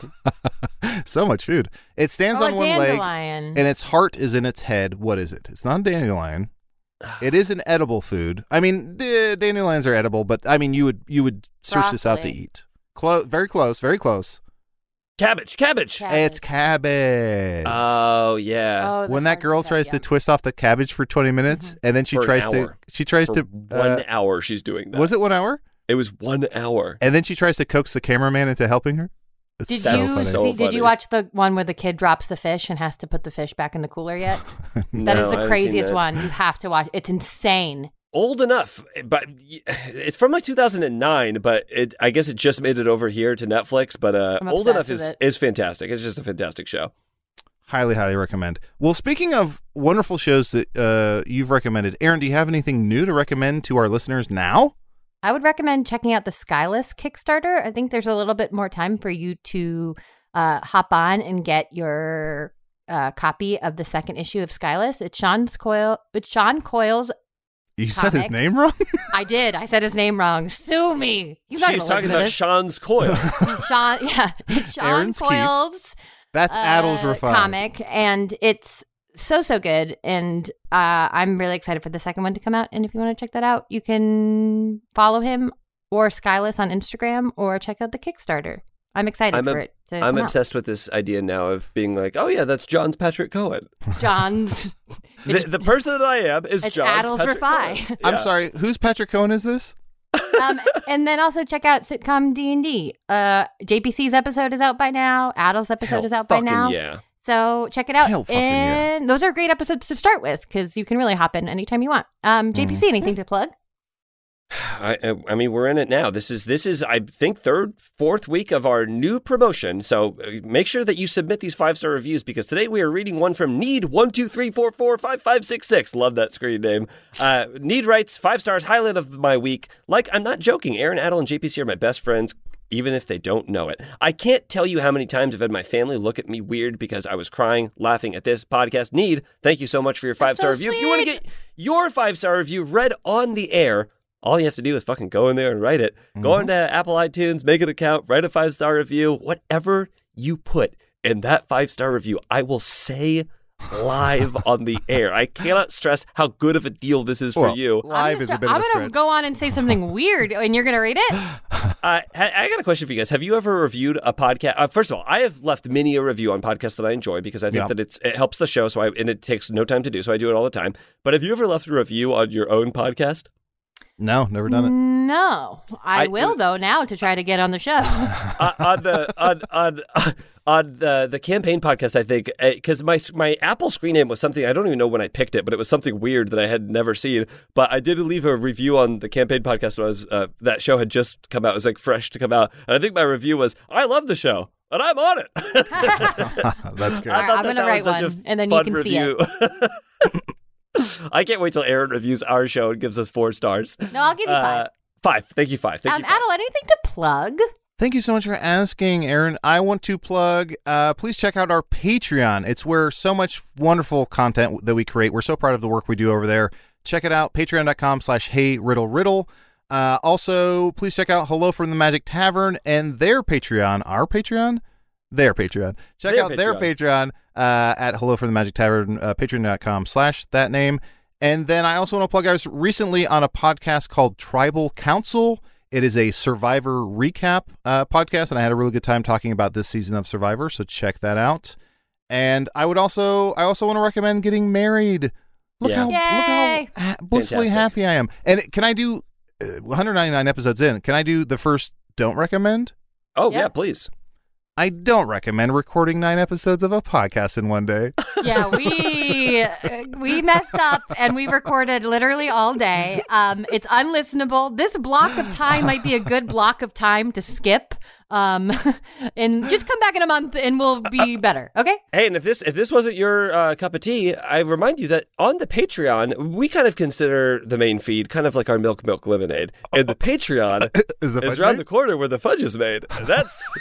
so much food. It stands
Oh, a
on one leg,
dandelion.
and its heart is in its head. What is it? It's not a
[sighs]
dandelion. It is an edible food. I mean, d- dandelions are edible, but I mean, you would you would search this out to
Broccoli.
eat. Close, very close, very close.
Cabbage, cabbage.
Cab-
It's cabbage.
Oh yeah.
Oh,
when that
sounds
girl
so
tries to
yum. Mm-hmm.
twist off the cabbage for twenty minutes, and then she
For an
tries to
hour.
she tries
For
to
one
uh,
hour she's doing that.
was it one hour?
It was one hour.
And then she tries to coax the cameraman into helping her. It's
Did
so
you
funny.
so
see, did
funny.
you watch the one where the kid drops the fish and has to put the fish back in the
[laughs]
cooler yet? That
No,
is
I haven't
the
seen
craziest
that.
one. You have to watch. It's insane.
Old enough, but y- it's from like 2009. But it, I guess it just made it over here to Netflix. But uh,
I'm
old
obsessed
enough is
with it.
is fantastic. It's just a fantastic show.
highly, highly recommend. Well, speaking of wonderful shows that uh, you've recommended, Aaron, do you have anything new to recommend to our listeners now?
I would recommend checking out the Skyless Kickstarter. I think there's a little bit more time for you to uh, hop on and get your uh, copy of the second issue of Skyless. It's Sean's Coyle. It's Sean Coyle's.
You said his
Comic.
name wrong. [laughs]
I did. I said his name wrong. Sue me. You're not
She's
gonna listen
talking
to
about
this.
Sean's
[laughs]
coil.
It's Sean. Yeah, it's Sean
Aaron's Keith.
Coyle's.
That's Addles
uh,
Refined.
comic, and it's so so good. And uh, I'm really excited for the second one to come out. And if you want to check that out, you can follow him or Skyless on Instagram, or check out the Kickstarter. I'm excited
I'm,
for
ob-
it. To
I'm
come out.
obsessed with this idea now of being like, oh yeah, that's John's Patrick Cohen. [laughs]
John's.
The,
It's-
the person that I am is
it's
John's
Addles
Patrick
Rafai.
Cohen.
I'm
Yeah.
sorry. Whose Patrick Cohen is this?
um, and then also check out sitcom D and D. Uh, JPC's episode is out by now. Addle's episode
Hell
is out by
fucking
now.
Yeah.
So check it out.
Hell fucking yeah.
and those are great episodes to start with because you can really hop in anytime you want.
Mm-hmm.
Um, JPC, anything to plug?
[sighs] I, I- I mean, we're in it now. This is this is I think third, fourth week of our new promotion. So uh, make sure that you submit these five star reviews because today we are reading one from Need one two three four four five five six six. Love that screen name. Uh, Need writes five stars highlight of my week. Like I'm not joking. Aaron Adel and JPC are my best friends. Even if they don't know it, I can't tell you how many times I've had my family look at me weird because I was crying, laughing at this podcast. Need, thank you so much for your five
That's so
star review. If you want to
sweet.
get your five star review read on the air. All you have to do is fucking go in there and write it. Go
Mm-hmm.
on to Apple iTunes, make an account, write a five star review. Whatever you put in that five star review, I will say
[laughs]
live on the air. I cannot stress how good of a deal this is
Well,
for you.
Live
I'm
is
gonna
a bit of
st-
a
I'm gonna
stretch.
go on and
[laughs]
say something weird, and you're gonna read it.
Uh, I, I got a question for you guys. Have you ever reviewed a podcast? Uh, first of all, I have left many a review on podcasts that I enjoy because I think
Yeah.
that it's it helps the show. So I and it takes no time to do. So I do it all the time. But have you ever left a review on your own podcast?
No, never
[laughs]
done it.
No, I,
I-
uh,
will though now to try to get on the show. [laughs]
uh, on the on on [laughs] on the the campaign podcast, I think because my my Apple screen name was something I don't even know when I picked it, but it was something weird that I had never seen. But I did leave a review on the campaign podcast when I was uh, that show had just come out. It was like fresh to come out, and I think my review was I love the show. And I'm on it. [laughs]
That's great.
Alright,
I thought
I'm
that
gonna
that was
write
such a
one, and then you
fun
can see
review. [laughs] I can't wait till Aaron reviews our show and gives us four stars.
No, I'll give you
Uh,
[laughs]
five.
five. Thank you. Five. Thank
um,
you. Five.
Adel, anything to plug?
Thank you so much for asking, Aaron. I want to plug. Uh, please check out our Patreon. It's where so much wonderful content that we create. We're so proud of the work we do over there. Check it out. Patreon.com/slash Hey Riddle Riddle. Uh, also, please check out Hello from the Magic Tavern and their Patreon. Our Patreon, their Patreon. Check
Their
out their Patreon
Patreon.
uh, at Hello from the Magic Tavern. Uh, Patreon.com/slash that name. And then I also want to plug. I was recently on a podcast called Tribal Council. It is a Survivor recap uh, podcast, and I had a really good time talking about this season of Survivor. So check that out. And I would also, I also want to recommend getting married. Look
Yeah.
how,
Yay!
look how ha- blissfully
Fantastic.
happy I am. And can I do uh, 199 episodes in? Can I do the first? Don't recommend.
Oh
Yeah.
yeah, please.
I don't recommend recording nine episodes of a podcast in one day.
Yeah, we uh, we messed up and we recorded literally all day. Um, it's unlistenable. This block of time might be a good block of time to skip. Um, [laughs] and just come back in a month and we'll be better. Okay.
Hey, and if this if this wasn't your uh, cup of tea, I remind you that on the Patreon we kind of consider the main feed kind of like our milk milk lemonade, and the Patreon
Is [laughs] the
is
fudge
around
made?
the corner where the fudge is made. And That's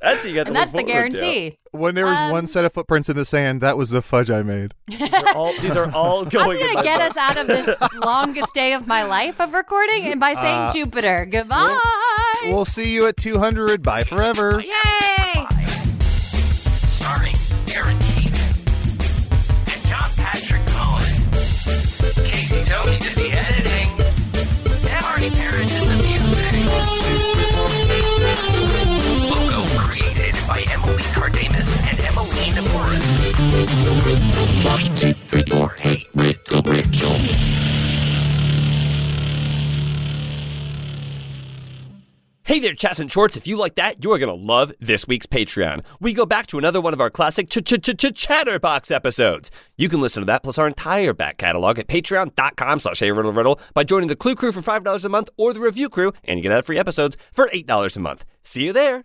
that's what you got.
And
to
that's the
look forward to.
guarantee.
When there was
Um,
one set of footprints in the sand, that was the fudge I made.
These are all these are all
I'm
going. in
gonna
my
get
book.
us out of this
[laughs]
longest day of my life of recording, and by saying
Uh,
Jupiter, goodbye.
We'll see you at 200. Bye forever.
Yay!
Bye.
Hey there, chats and shorts. If you like that, you are going to love this week's Patreon. We go back to another one of our classic ch ch ch ch chatterbox episodes. You can listen to that plus our entire back catalog at patreon.com slash hey riddle riddle by joining the Clue Crew for $5 a month or the Review Crew, and you get ad free episodes for $8 a month. See you there.